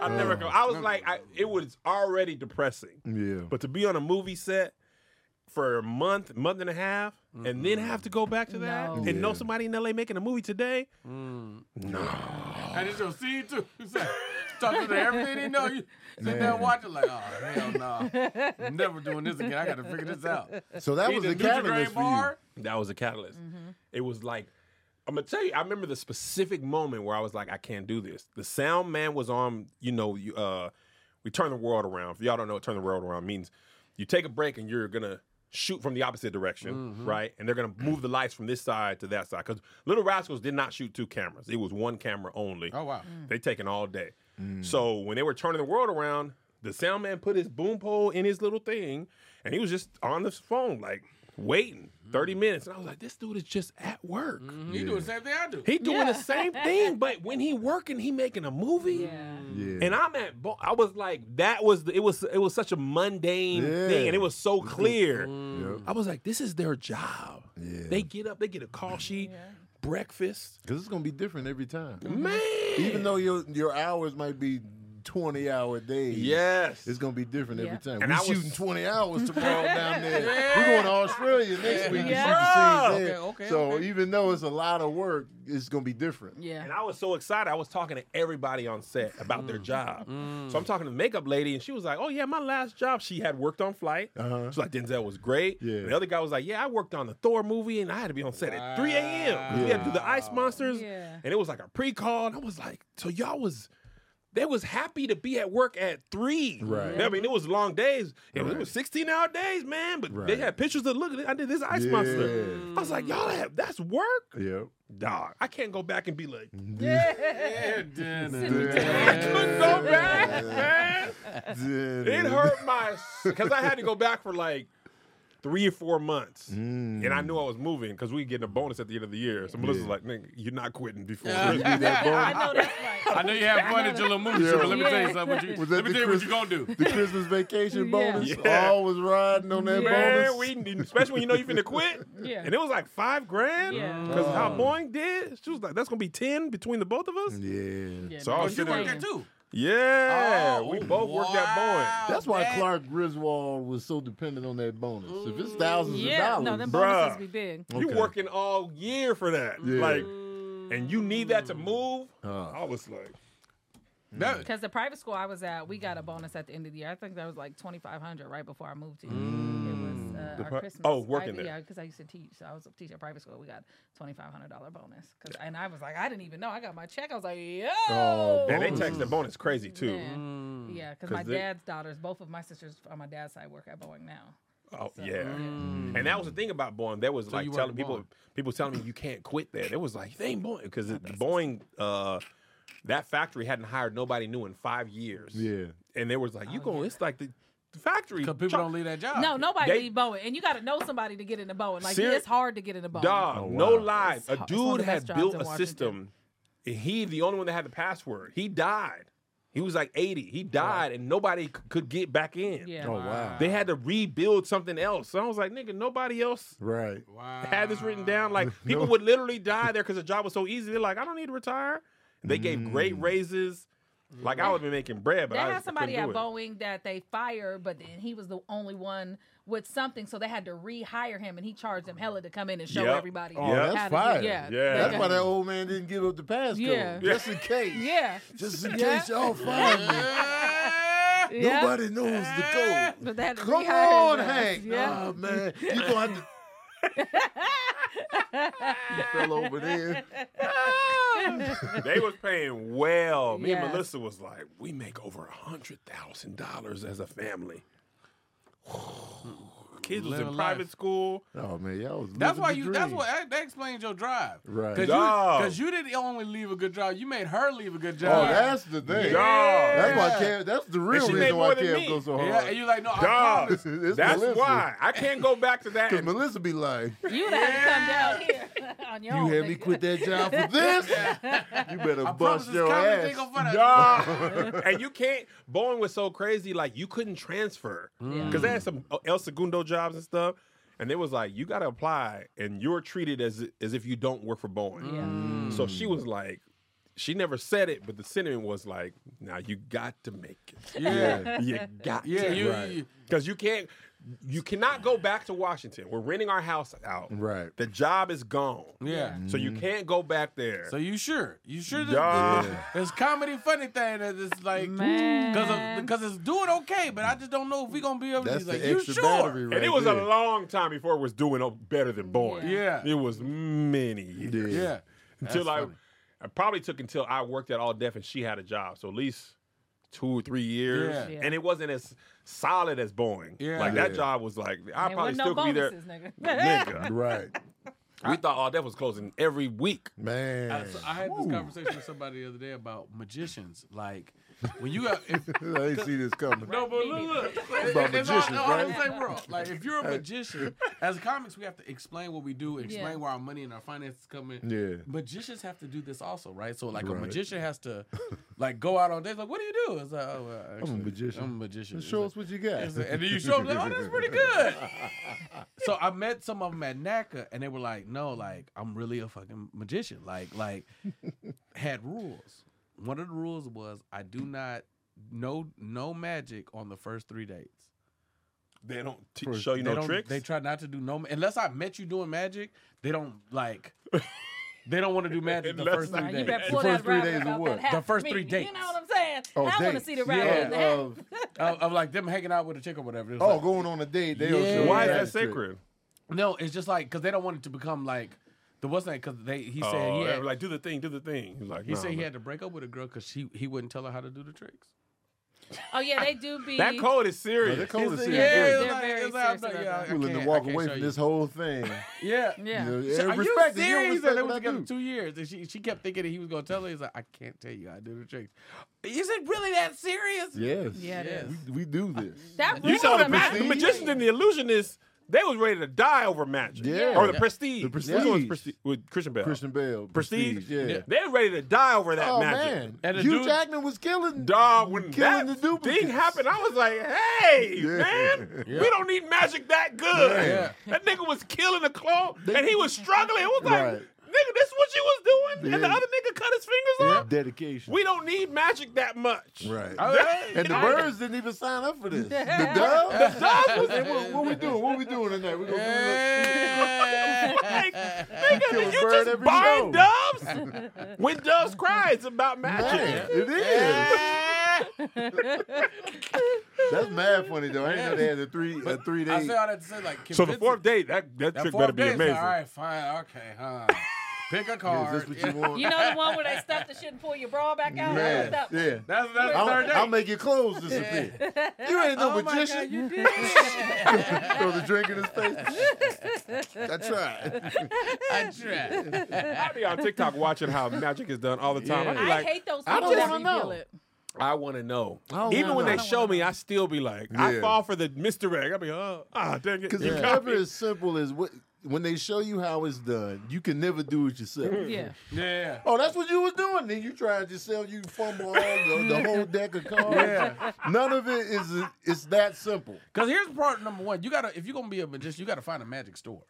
[SPEAKER 1] I never go. I was like, I, it was already depressing.
[SPEAKER 3] Yeah.
[SPEAKER 1] But to be on a movie set for a month, month and a half, and then have to go back to that
[SPEAKER 2] No.
[SPEAKER 1] and know
[SPEAKER 3] Yeah.
[SPEAKER 1] somebody in LA making a movie today, Oh.
[SPEAKER 4] And it's your scene too. *laughs* Talking to everything they know. You sit there
[SPEAKER 3] Man.
[SPEAKER 4] watching like, oh hell no. never doing this again. I gotta figure this out.
[SPEAKER 3] So that was
[SPEAKER 4] Either
[SPEAKER 3] the catalyst
[SPEAKER 4] Nutri-Grain
[SPEAKER 3] for
[SPEAKER 4] bar.
[SPEAKER 1] That was a catalyst. It was like, I'm gonna tell you. I remember the specific moment where I was like, I can't do this. The sound man was on. You know, you, uh, we turn the world around. If y'all don't know what turn the world around means, you take a break and you're gonna shoot from the opposite direction, right? And they're gonna move the lights from this side to that side. Because Little Rascals did not shoot two cameras. It was one camera only.
[SPEAKER 4] Oh wow.
[SPEAKER 1] Mm. They taking all day.
[SPEAKER 3] Mm.
[SPEAKER 1] So when they were turning the world around, the sound man put his boom pole in his little thing, and he was just on this phone, like waiting
[SPEAKER 3] Mm.
[SPEAKER 1] 30 minutes. And I was like, this dude is just at work.
[SPEAKER 4] Mm-hmm. You do the same thing I do.
[SPEAKER 1] He doing the same
[SPEAKER 3] *laughs*
[SPEAKER 1] thing, but when he working, he making a movie.
[SPEAKER 3] you. Yeah.
[SPEAKER 1] And I'm at, bo- I was like, that was the, it was it was such a mundane
[SPEAKER 3] Yeah. Mm-hmm.
[SPEAKER 1] thing, and it was so clear.
[SPEAKER 3] Yep.
[SPEAKER 1] I was like, this is their job.
[SPEAKER 3] Yeah.
[SPEAKER 1] They get up, they get a call sheet, breakfast,
[SPEAKER 3] Because it's going to be different every time.
[SPEAKER 1] man.
[SPEAKER 3] Even though your your hours might be 20 hour days.
[SPEAKER 1] yes,
[SPEAKER 3] It's gonna be different every
[SPEAKER 2] Yeah.
[SPEAKER 3] time.
[SPEAKER 1] And
[SPEAKER 3] We're
[SPEAKER 1] I was-
[SPEAKER 3] shooting 20 hours
[SPEAKER 1] *laughs*
[SPEAKER 3] tomorrow down there. We're going to Australia next week. to
[SPEAKER 1] Yeah.
[SPEAKER 3] shoot the scenes there.
[SPEAKER 4] Okay, okay,
[SPEAKER 3] so
[SPEAKER 4] okay.
[SPEAKER 3] even though it's a lot of work, it's gonna be different.
[SPEAKER 2] Yeah.
[SPEAKER 1] And I was so excited. I was talking to everybody on set about
[SPEAKER 3] Mm.
[SPEAKER 1] their job. So I'm talking to the makeup lady, and she was like, "Oh yeah, my last job, she had worked on Flight.
[SPEAKER 3] Uh-huh.
[SPEAKER 1] She's like, Denzel was great.
[SPEAKER 3] Yeah.
[SPEAKER 1] And the other guy was like, Yeah, I worked on the Thor movie, and I had to be on set at 3 a.m. 'cause We had to do the ice monsters,
[SPEAKER 2] Yeah.
[SPEAKER 1] and it was like a pre-call. And I was like, So y'all was. They was happy to be at work at three.
[SPEAKER 3] Right.
[SPEAKER 1] I mean, it was long days. It was- it
[SPEAKER 3] Right.
[SPEAKER 1] was sixteen hour days, man. But they
[SPEAKER 3] Right.
[SPEAKER 1] had pictures of look. I did this ice
[SPEAKER 3] Yeah.
[SPEAKER 1] monster. I was like, y'all have that's work,
[SPEAKER 3] Yep.
[SPEAKER 1] dog. I can't go back and be like,
[SPEAKER 4] *laughs* Yeah,
[SPEAKER 1] I couldn't go back, man. It
[SPEAKER 3] It
[SPEAKER 1] hurt my because I had to go back for like three or four months,
[SPEAKER 3] Mm.
[SPEAKER 1] and I knew I was moving because we getting a bonus at the end of the year. So Melissa's like, "Nigga, you're not quitting before." *laughs*
[SPEAKER 3] Yeah. That
[SPEAKER 2] I
[SPEAKER 3] bonus.
[SPEAKER 2] know that's
[SPEAKER 4] *laughs*
[SPEAKER 2] right.
[SPEAKER 4] I know you have fun at your little movie show, but let me tell you something. What *laughs* you,
[SPEAKER 3] Was that
[SPEAKER 4] let me
[SPEAKER 3] the
[SPEAKER 4] tell you what
[SPEAKER 3] Chris-
[SPEAKER 4] you're gonna do.
[SPEAKER 3] The Christmas vacation
[SPEAKER 2] Yeah.
[SPEAKER 3] bonus.
[SPEAKER 1] Yeah.
[SPEAKER 3] All was riding on that
[SPEAKER 1] Man,
[SPEAKER 3] bonus.
[SPEAKER 1] we especially when you know you finna quit,
[SPEAKER 2] Yeah.
[SPEAKER 1] and it was like five grand
[SPEAKER 2] Yeah.
[SPEAKER 1] because
[SPEAKER 3] Oh.
[SPEAKER 1] how Boeing did. She was like, "That's gonna be ten between the both of us."
[SPEAKER 3] Mm. yeah.
[SPEAKER 2] Yeah,
[SPEAKER 1] So
[SPEAKER 2] no,
[SPEAKER 1] I
[SPEAKER 4] Oh,
[SPEAKER 1] was
[SPEAKER 4] you
[SPEAKER 1] sitting
[SPEAKER 4] work
[SPEAKER 1] there-
[SPEAKER 4] there too.
[SPEAKER 1] Yeah,
[SPEAKER 4] Oh,
[SPEAKER 1] we both worked at Boeing.
[SPEAKER 4] wow.
[SPEAKER 3] That's why
[SPEAKER 4] Man.
[SPEAKER 3] Clark Griswold was so dependent on that bonus. If it's thousands
[SPEAKER 2] yeah,
[SPEAKER 3] of
[SPEAKER 2] no,
[SPEAKER 3] dollars,
[SPEAKER 2] them
[SPEAKER 1] Bruh.
[SPEAKER 2] bonuses be big.
[SPEAKER 1] You
[SPEAKER 3] Okay.
[SPEAKER 1] working all year for that,
[SPEAKER 3] Yeah.
[SPEAKER 1] like,
[SPEAKER 4] Mm.
[SPEAKER 1] and you need that to move.
[SPEAKER 3] Uh.
[SPEAKER 1] I was like,
[SPEAKER 4] That-
[SPEAKER 2] Because the private school I was at, we got a bonus at the end of the year. I think that was like twenty five hundred right before I moved here. It was uh, our
[SPEAKER 1] pri-
[SPEAKER 2] Christmas.
[SPEAKER 1] oh, working
[SPEAKER 2] I,
[SPEAKER 1] there.
[SPEAKER 2] Yeah, because I used to teach. So I was a teacher at private school. We got twenty five hundred dollar bonus. 'Cause- and I was like, I didn't even know. I got my check. I was like, yo.
[SPEAKER 3] Oh,
[SPEAKER 1] and
[SPEAKER 3] bonus.
[SPEAKER 1] they text the bonus crazy too.
[SPEAKER 2] Man. Yeah, because
[SPEAKER 1] 'Cause
[SPEAKER 2] my
[SPEAKER 1] they-
[SPEAKER 2] dad's daughters, both of my sisters on my dad's side, work at Boeing now.
[SPEAKER 1] Oh
[SPEAKER 2] So,
[SPEAKER 1] yeah.
[SPEAKER 2] Mm.
[SPEAKER 1] And that was the thing about Boeing. There was like
[SPEAKER 4] you
[SPEAKER 1] telling
[SPEAKER 4] worked
[SPEAKER 1] people
[SPEAKER 4] Boeing.
[SPEAKER 1] people telling me you can't quit there. There was like they ain't Boeing because Boeing uh that factory hadn't hired nobody new in five years.
[SPEAKER 3] Yeah.
[SPEAKER 1] And they was like, you going it's like the, the factory.
[SPEAKER 4] Because people don't leave that job.
[SPEAKER 2] No, nobody
[SPEAKER 1] Ah, They-
[SPEAKER 2] leave Boeing, and you got to know somebody to get into Boeing. Like
[SPEAKER 1] Seri-
[SPEAKER 2] it's hard to get into Boeing.
[SPEAKER 1] Dog,
[SPEAKER 3] Oh,
[SPEAKER 1] no
[SPEAKER 3] wow.
[SPEAKER 1] lie.
[SPEAKER 2] It's
[SPEAKER 1] A
[SPEAKER 2] hard- it's one of
[SPEAKER 1] dude
[SPEAKER 2] the
[SPEAKER 1] had
[SPEAKER 2] best jobs
[SPEAKER 1] built
[SPEAKER 2] in
[SPEAKER 1] a
[SPEAKER 2] Washington.
[SPEAKER 1] system. and He the only one that had the password. He died. He was like 80. He died and nobody c- could get back in.
[SPEAKER 2] Yeah.
[SPEAKER 3] Oh wow.
[SPEAKER 1] They had to rebuild something else. So I was like, nigga, nobody else
[SPEAKER 3] Right.
[SPEAKER 4] Wow.
[SPEAKER 1] had this written down.
[SPEAKER 3] *laughs*
[SPEAKER 1] Like people
[SPEAKER 3] No. Mm.
[SPEAKER 1] would literally die there because the job was so easy. They're like, I don't need to retire. They gave great raises. Like I would be making bread, but
[SPEAKER 2] they
[SPEAKER 1] I
[SPEAKER 2] had
[SPEAKER 1] just
[SPEAKER 2] somebody at
[SPEAKER 1] couldn't do it.
[SPEAKER 2] Boeing that they fired, but then he was the only one with something, so they had to rehire him, and he charged them hella to come in and show
[SPEAKER 1] Yep.
[SPEAKER 2] everybody.
[SPEAKER 3] Oh,
[SPEAKER 1] Yeah.
[SPEAKER 2] how to
[SPEAKER 3] that's
[SPEAKER 2] do-
[SPEAKER 3] fire.
[SPEAKER 2] Yeah,
[SPEAKER 1] Yeah.
[SPEAKER 3] That's why that old man didn't give up the passcode.
[SPEAKER 2] Yeah.
[SPEAKER 3] Just in case.
[SPEAKER 2] yeah,
[SPEAKER 3] Just in
[SPEAKER 2] Yeah.
[SPEAKER 3] case y'all find me.
[SPEAKER 2] yeah.
[SPEAKER 3] Nobody knows the code.
[SPEAKER 2] *laughs* But they had to
[SPEAKER 3] Come
[SPEAKER 2] rehire
[SPEAKER 3] on,
[SPEAKER 2] them.
[SPEAKER 3] Hank. Oh,
[SPEAKER 2] Yeah.
[SPEAKER 3] Nah, man. You gonna have
[SPEAKER 2] *laughs*
[SPEAKER 3] to You fell over there.
[SPEAKER 1] They was paying well. Me
[SPEAKER 2] Yeah.
[SPEAKER 1] and Melissa was like, we make over a hundred thousand dollars as a family. *sighs* Kids was
[SPEAKER 4] Live
[SPEAKER 1] in
[SPEAKER 4] a
[SPEAKER 1] private
[SPEAKER 4] life.
[SPEAKER 1] school.
[SPEAKER 3] Oh man, y'all was
[SPEAKER 4] *laughs* That's
[SPEAKER 3] living
[SPEAKER 4] why
[SPEAKER 3] the
[SPEAKER 4] you. That's
[SPEAKER 3] dream.
[SPEAKER 4] why that, that explains your drive.
[SPEAKER 3] Right. Oh,
[SPEAKER 4] Because you,
[SPEAKER 1] Dog.
[SPEAKER 4] 'cause you didn't only leave a good job. You made her leave a good
[SPEAKER 3] Oh,
[SPEAKER 4] job.
[SPEAKER 3] that's the
[SPEAKER 1] Dog.
[SPEAKER 3] thing. That's why
[SPEAKER 4] Yeah.
[SPEAKER 3] Cam, that's the real
[SPEAKER 1] she made
[SPEAKER 3] reason why
[SPEAKER 1] more than me.
[SPEAKER 3] Cam goes so hard.
[SPEAKER 4] yeah, and you like no. I
[SPEAKER 1] Dog.
[SPEAKER 4] promise.
[SPEAKER 3] It's
[SPEAKER 1] That's
[SPEAKER 3] Melissa.
[SPEAKER 1] why I can't go back to that.
[SPEAKER 3] *laughs* Cause
[SPEAKER 1] And,
[SPEAKER 3] Melissa
[SPEAKER 2] *laughs*
[SPEAKER 3] be like,
[SPEAKER 2] You would have to come down here *laughs* on your
[SPEAKER 3] you
[SPEAKER 2] own.
[SPEAKER 3] had me
[SPEAKER 2] nigga.
[SPEAKER 3] quit that
[SPEAKER 2] *laughs*
[SPEAKER 3] job for this? You better
[SPEAKER 4] I promise
[SPEAKER 3] bust
[SPEAKER 4] this
[SPEAKER 3] your
[SPEAKER 4] comedy
[SPEAKER 3] ass.
[SPEAKER 4] thing gonna fun *laughs*
[SPEAKER 1] Dog. and you can't. Boeing was so crazy, like you couldn't transfer
[SPEAKER 2] Yeah.
[SPEAKER 4] Mm.
[SPEAKER 1] because they had some El Segundo jobs and stuff. And it was like you got to apply, and you're treated as as if you don't work for Boeing.
[SPEAKER 2] Yeah.
[SPEAKER 4] Mm.
[SPEAKER 1] So she was like, she never said it, but the sentiment was like, now you got to make it.
[SPEAKER 4] Yeah.
[SPEAKER 1] You
[SPEAKER 4] *laughs*
[SPEAKER 1] got
[SPEAKER 4] Yeah,
[SPEAKER 1] to.
[SPEAKER 4] you,
[SPEAKER 3] Right.
[SPEAKER 4] you-
[SPEAKER 1] Because you can't, you cannot go back to Washington. We're renting our house out.
[SPEAKER 3] Right.
[SPEAKER 1] The job is gone.
[SPEAKER 4] yeah.
[SPEAKER 1] So you can't go back there.
[SPEAKER 4] *laughs* So you sure? You sure? This,
[SPEAKER 1] Dog.
[SPEAKER 4] this comedy funny thing that it's like because
[SPEAKER 2] Man.
[SPEAKER 4] because it's doing okay, but I just don't know if we gonna be able.
[SPEAKER 3] That's
[SPEAKER 4] to like,
[SPEAKER 3] the
[SPEAKER 4] you
[SPEAKER 3] extra
[SPEAKER 4] sure?
[SPEAKER 3] battery right
[SPEAKER 1] and it was
[SPEAKER 3] there.
[SPEAKER 1] a long time before it was doing better than Boeing.
[SPEAKER 4] Yeah.
[SPEAKER 1] It was many years.
[SPEAKER 3] Yeah.
[SPEAKER 4] Yeah.
[SPEAKER 1] until I,
[SPEAKER 4] funny.
[SPEAKER 1] I probably took until I worked at All Def and she had a job. So at least two or three years,
[SPEAKER 4] Yeah.
[SPEAKER 2] Yeah.
[SPEAKER 1] and it wasn't as solid as Boeing.
[SPEAKER 4] Yeah.
[SPEAKER 1] like that
[SPEAKER 3] Yeah.
[SPEAKER 1] job was like I
[SPEAKER 2] There
[SPEAKER 1] probably
[SPEAKER 2] wasn't
[SPEAKER 1] still
[SPEAKER 2] no
[SPEAKER 1] could be there.
[SPEAKER 2] bonuses, *laughs* nigga.
[SPEAKER 1] Nigga,
[SPEAKER 3] Right.
[SPEAKER 1] we thought All Def was closing every week.
[SPEAKER 3] Man.
[SPEAKER 4] I, so I had this conversation with somebody the other day about magicians. Like when you got
[SPEAKER 3] *laughs*
[SPEAKER 4] if,
[SPEAKER 3] I ain't see this coming.
[SPEAKER 4] no, but look, look,
[SPEAKER 3] About
[SPEAKER 4] it's all-
[SPEAKER 3] magicians,
[SPEAKER 4] all in the
[SPEAKER 3] right?
[SPEAKER 4] same world. Like if you're a magician, as comics, we have to explain what we do, explain
[SPEAKER 2] Yeah.
[SPEAKER 4] where our money and our finances come in.
[SPEAKER 3] Yeah.
[SPEAKER 4] Magicians have to do this also, right? So like a
[SPEAKER 3] Right.
[SPEAKER 4] magician has to like go out on dates. Like, what do you do? It's like, oh, well, actually,
[SPEAKER 3] magician.
[SPEAKER 4] I'm a magician. It's
[SPEAKER 3] Show
[SPEAKER 4] like-
[SPEAKER 3] us what you got.
[SPEAKER 4] It's like- and then you show up like, oh, that's pretty good. *laughs* so I met some of them at NACA, and they were like, no, like I'm really a fucking magician. Like, like *laughs* had rules. One of the rules was I do not no no magic on the first three dates.
[SPEAKER 1] They don't t-
[SPEAKER 3] For-
[SPEAKER 1] show Oh, you
[SPEAKER 4] they
[SPEAKER 1] no
[SPEAKER 4] don't,
[SPEAKER 1] tricks.
[SPEAKER 4] They try not to do no ma- unless I met you doing magic. They don't like. They don't want to do magic the
[SPEAKER 1] Unless
[SPEAKER 4] first
[SPEAKER 1] I-
[SPEAKER 3] *laughs*
[SPEAKER 4] three
[SPEAKER 2] Nah, you
[SPEAKER 4] days.
[SPEAKER 2] better
[SPEAKER 3] The
[SPEAKER 2] pull
[SPEAKER 3] first
[SPEAKER 2] that
[SPEAKER 3] three
[SPEAKER 2] rabbit
[SPEAKER 3] days of
[SPEAKER 2] about
[SPEAKER 3] what?
[SPEAKER 2] that half
[SPEAKER 4] The first three
[SPEAKER 2] meeting. You
[SPEAKER 4] dates.
[SPEAKER 2] know what I'm saying? I want to
[SPEAKER 3] dates.
[SPEAKER 2] see the
[SPEAKER 3] Oh, Yeah,
[SPEAKER 2] rabbit in the hat.
[SPEAKER 3] of-
[SPEAKER 4] Of, of like them hanging out with a chick or whatever. It's
[SPEAKER 3] oh,
[SPEAKER 4] like-
[SPEAKER 3] going on a date. They
[SPEAKER 4] Yeah.
[SPEAKER 3] don't show
[SPEAKER 1] Why
[SPEAKER 3] you
[SPEAKER 1] is
[SPEAKER 3] how
[SPEAKER 1] that
[SPEAKER 3] to trick.
[SPEAKER 1] sacred?
[SPEAKER 4] no, it's just like because they don't want it to become like the what's that because they he said
[SPEAKER 1] Oh,
[SPEAKER 4] he had,
[SPEAKER 1] like do the thing, do the thing. He's like,
[SPEAKER 4] He
[SPEAKER 1] nah,
[SPEAKER 4] said he
[SPEAKER 1] man.
[SPEAKER 4] had to break up with a girl because she he wouldn't tell her how to do the tricks.
[SPEAKER 2] Oh yeah, they do be.
[SPEAKER 1] that code is serious.
[SPEAKER 3] No, that code is
[SPEAKER 4] It's-
[SPEAKER 3] serious.
[SPEAKER 4] yeah,
[SPEAKER 2] They're
[SPEAKER 4] it's like-
[SPEAKER 2] very
[SPEAKER 4] it's like, I'm
[SPEAKER 2] serious
[SPEAKER 4] not-
[SPEAKER 2] about
[SPEAKER 4] yeah,
[SPEAKER 2] that.
[SPEAKER 4] I
[SPEAKER 3] Willing to
[SPEAKER 4] can't-
[SPEAKER 3] walk
[SPEAKER 4] I can't
[SPEAKER 3] away
[SPEAKER 4] show
[SPEAKER 3] from
[SPEAKER 4] you.
[SPEAKER 3] this whole thing.
[SPEAKER 4] Yeah.
[SPEAKER 2] Yeah.
[SPEAKER 3] You know,
[SPEAKER 4] So,
[SPEAKER 3] and
[SPEAKER 4] are
[SPEAKER 3] respect it.
[SPEAKER 4] you
[SPEAKER 3] You don't
[SPEAKER 4] serious?
[SPEAKER 3] respect
[SPEAKER 4] And they
[SPEAKER 3] what
[SPEAKER 4] were
[SPEAKER 3] I
[SPEAKER 4] together
[SPEAKER 3] do.
[SPEAKER 4] two years, and she she kept thinking that he was gonna tell her. He's like, I can't tell you how to do the tricks. Is it really that serious?
[SPEAKER 3] Yes.
[SPEAKER 2] Yeah, it
[SPEAKER 4] Yes.
[SPEAKER 2] is.
[SPEAKER 3] We, we do this.
[SPEAKER 2] That
[SPEAKER 1] You
[SPEAKER 2] ruined
[SPEAKER 1] know the,
[SPEAKER 2] the
[SPEAKER 1] ma-
[SPEAKER 2] magic.
[SPEAKER 1] the magicians and the illusionists, they was ready to die over magic.
[SPEAKER 3] Yeah.
[SPEAKER 1] Or the prestige.
[SPEAKER 3] The
[SPEAKER 1] Which one was
[SPEAKER 3] Prestige.
[SPEAKER 1] Prestige? With Christian Bell.
[SPEAKER 3] Christian Bell.
[SPEAKER 1] Prestige.
[SPEAKER 3] Yeah.
[SPEAKER 1] They were ready to die over that
[SPEAKER 3] Oh,
[SPEAKER 1] magic.
[SPEAKER 3] man.
[SPEAKER 4] And the
[SPEAKER 3] Hugh
[SPEAKER 4] dude-
[SPEAKER 3] Jackman was killing.
[SPEAKER 1] Dog, when
[SPEAKER 3] Killing the
[SPEAKER 1] that
[SPEAKER 3] duplicates.
[SPEAKER 1] thing happened, I was like, "Hey,
[SPEAKER 3] *laughs* Yeah.
[SPEAKER 1] man,
[SPEAKER 4] Yeah.
[SPEAKER 1] we don't need magic that good."
[SPEAKER 4] Yeah.
[SPEAKER 1] That nigga was killing a clone, and he was struggling. It was like,
[SPEAKER 3] Right.
[SPEAKER 1] "Nigga, this what you was doing?" And the
[SPEAKER 3] Yeah.
[SPEAKER 1] other nigga cut his fingers off.
[SPEAKER 3] Dedication.
[SPEAKER 1] We don't need magic that much. *laughs*
[SPEAKER 3] Right.
[SPEAKER 4] All right.
[SPEAKER 3] and the
[SPEAKER 4] I-
[SPEAKER 3] birds didn't even sign up for this. The dove? The dove was. Hey, what, what we doing? What we doing tonight?
[SPEAKER 4] *laughs*
[SPEAKER 3] We're going to
[SPEAKER 1] Like,
[SPEAKER 4] Yeah.
[SPEAKER 1] nigga,
[SPEAKER 3] Kill a
[SPEAKER 1] did you
[SPEAKER 3] bird
[SPEAKER 1] just
[SPEAKER 3] every
[SPEAKER 1] bind
[SPEAKER 3] show.
[SPEAKER 1] doves? when doves cry, it's about
[SPEAKER 3] do this.
[SPEAKER 1] magic.
[SPEAKER 3] Man, it is. That's mad funny, though. I didn't know they had a three, a three
[SPEAKER 4] I
[SPEAKER 3] day.
[SPEAKER 4] say all that to say like
[SPEAKER 1] So the
[SPEAKER 4] convincing-
[SPEAKER 1] fourth date, that that,
[SPEAKER 4] that
[SPEAKER 1] trick
[SPEAKER 4] fourth
[SPEAKER 1] better be
[SPEAKER 4] day's like,
[SPEAKER 1] amazing.
[SPEAKER 4] all right, fine, okay, huh? Pick a
[SPEAKER 3] Is this
[SPEAKER 4] card.
[SPEAKER 3] what you
[SPEAKER 4] *laughs* Yeah.
[SPEAKER 3] want?
[SPEAKER 2] You know the one where they stuff the shit and pull your bra back out.
[SPEAKER 3] Man,
[SPEAKER 2] That was
[SPEAKER 3] yeah.
[SPEAKER 4] That's that's the
[SPEAKER 3] I'll,
[SPEAKER 4] third date.
[SPEAKER 3] I'll make your clothes
[SPEAKER 2] *laughs*
[SPEAKER 3] disappear. You ain't no
[SPEAKER 4] oh my
[SPEAKER 3] magician.
[SPEAKER 4] God, you did it.
[SPEAKER 3] *laughs* Throw the drink in his
[SPEAKER 2] *laughs*
[SPEAKER 3] face. I tried.
[SPEAKER 4] I tried.
[SPEAKER 1] I be on TikTok watching how magic is done all the time. I
[SPEAKER 2] dope.
[SPEAKER 1] be
[SPEAKER 2] I
[SPEAKER 1] like,
[SPEAKER 2] hate those
[SPEAKER 3] I
[SPEAKER 2] people
[SPEAKER 3] don't
[SPEAKER 2] that
[SPEAKER 3] wanna
[SPEAKER 2] reveal
[SPEAKER 3] know.
[SPEAKER 2] it.
[SPEAKER 1] I want to know.
[SPEAKER 3] don't
[SPEAKER 1] Even
[SPEAKER 3] wanna
[SPEAKER 1] when
[SPEAKER 3] know.
[SPEAKER 1] they
[SPEAKER 3] I
[SPEAKER 2] don't
[SPEAKER 1] show
[SPEAKER 2] wanna
[SPEAKER 1] me, I still be like, I
[SPEAKER 3] Yeah.
[SPEAKER 1] fall for the Mister egg. I be, oh, ah, dang it.
[SPEAKER 3] Because
[SPEAKER 1] you
[SPEAKER 3] it's
[SPEAKER 1] got
[SPEAKER 3] never
[SPEAKER 1] me.
[SPEAKER 3] as simple as what when they show you how it's done, you can never do it yourself.
[SPEAKER 2] Yeah.
[SPEAKER 4] Yeah.
[SPEAKER 3] Oh, that's what you was doing. Then you tried yourself. You fumble all the, the
[SPEAKER 4] *laughs*
[SPEAKER 3] whole deck of cards.
[SPEAKER 4] Yeah.
[SPEAKER 3] None of it is it's that simple.
[SPEAKER 4] Because here's part number one. You gotta if you're gonna be a magician, you gotta find a magic store.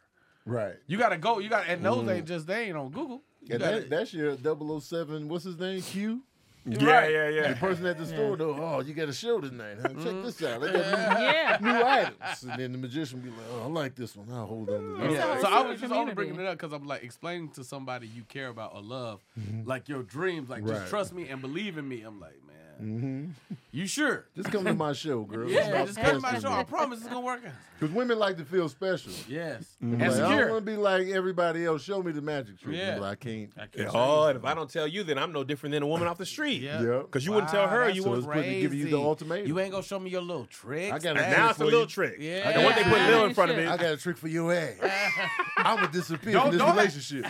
[SPEAKER 3] Right.
[SPEAKER 4] You gotta go. You gotta and those ain't just they ain't on Google. You
[SPEAKER 3] And
[SPEAKER 4] gotta,
[SPEAKER 3] oh that, that's your 007, what's his name? Q?
[SPEAKER 1] Yeah, yeah, yeah.
[SPEAKER 3] The person at the store though, oh, you got a show tonight, huh? Check this out. They got
[SPEAKER 2] yeah.
[SPEAKER 3] *laughs* new, new items. And then the magician be like, oh, I like this one. I'll hold on to this.
[SPEAKER 2] Yeah.
[SPEAKER 4] Yeah.
[SPEAKER 2] It's
[SPEAKER 4] So
[SPEAKER 2] a
[SPEAKER 4] I
[SPEAKER 2] whole
[SPEAKER 4] was just
[SPEAKER 2] community.
[SPEAKER 4] only bringing it up because I'm like explaining to somebody you care about or love, like your dreams, like
[SPEAKER 3] Mm-hmm. Right.
[SPEAKER 4] just trust me and believe in me. I'm like, man,
[SPEAKER 3] Mm-hmm.
[SPEAKER 4] you sure?
[SPEAKER 3] Just come to my show, girl.
[SPEAKER 4] Yeah, just come to my show. I
[SPEAKER 3] Because
[SPEAKER 4] promise it's gonna work out.
[SPEAKER 3] women like to feel special.
[SPEAKER 4] Yes,
[SPEAKER 3] Like,
[SPEAKER 4] and
[SPEAKER 3] I don't
[SPEAKER 4] secure.
[SPEAKER 3] want to be like everybody else. Show me the magic trick.
[SPEAKER 4] Yeah.
[SPEAKER 3] Yeah. Like, I can't.
[SPEAKER 4] I can't
[SPEAKER 1] Oh,
[SPEAKER 4] change
[SPEAKER 1] and if I don't tell you, then I'm no different than a woman off the street.
[SPEAKER 4] Yeah.
[SPEAKER 3] Yep.
[SPEAKER 1] Because you wouldn't tell
[SPEAKER 4] Wow,
[SPEAKER 1] her
[SPEAKER 4] that's
[SPEAKER 1] you
[SPEAKER 4] so
[SPEAKER 1] were.
[SPEAKER 3] was supposed to give you the
[SPEAKER 4] crazy.
[SPEAKER 3] ultimatum.
[SPEAKER 4] You ain't gonna show me your little tricks.
[SPEAKER 3] I got
[SPEAKER 4] man.
[SPEAKER 3] it.
[SPEAKER 1] Now it's a
[SPEAKER 3] for
[SPEAKER 1] little
[SPEAKER 3] you.
[SPEAKER 1] trick.
[SPEAKER 4] Yeah.
[SPEAKER 1] And once they put little in front of it,
[SPEAKER 3] I got a trick for your
[SPEAKER 4] *laughs*
[SPEAKER 3] ass. I would disappear
[SPEAKER 4] Don't-
[SPEAKER 3] from this
[SPEAKER 4] don't- *laughs*
[SPEAKER 3] relationship.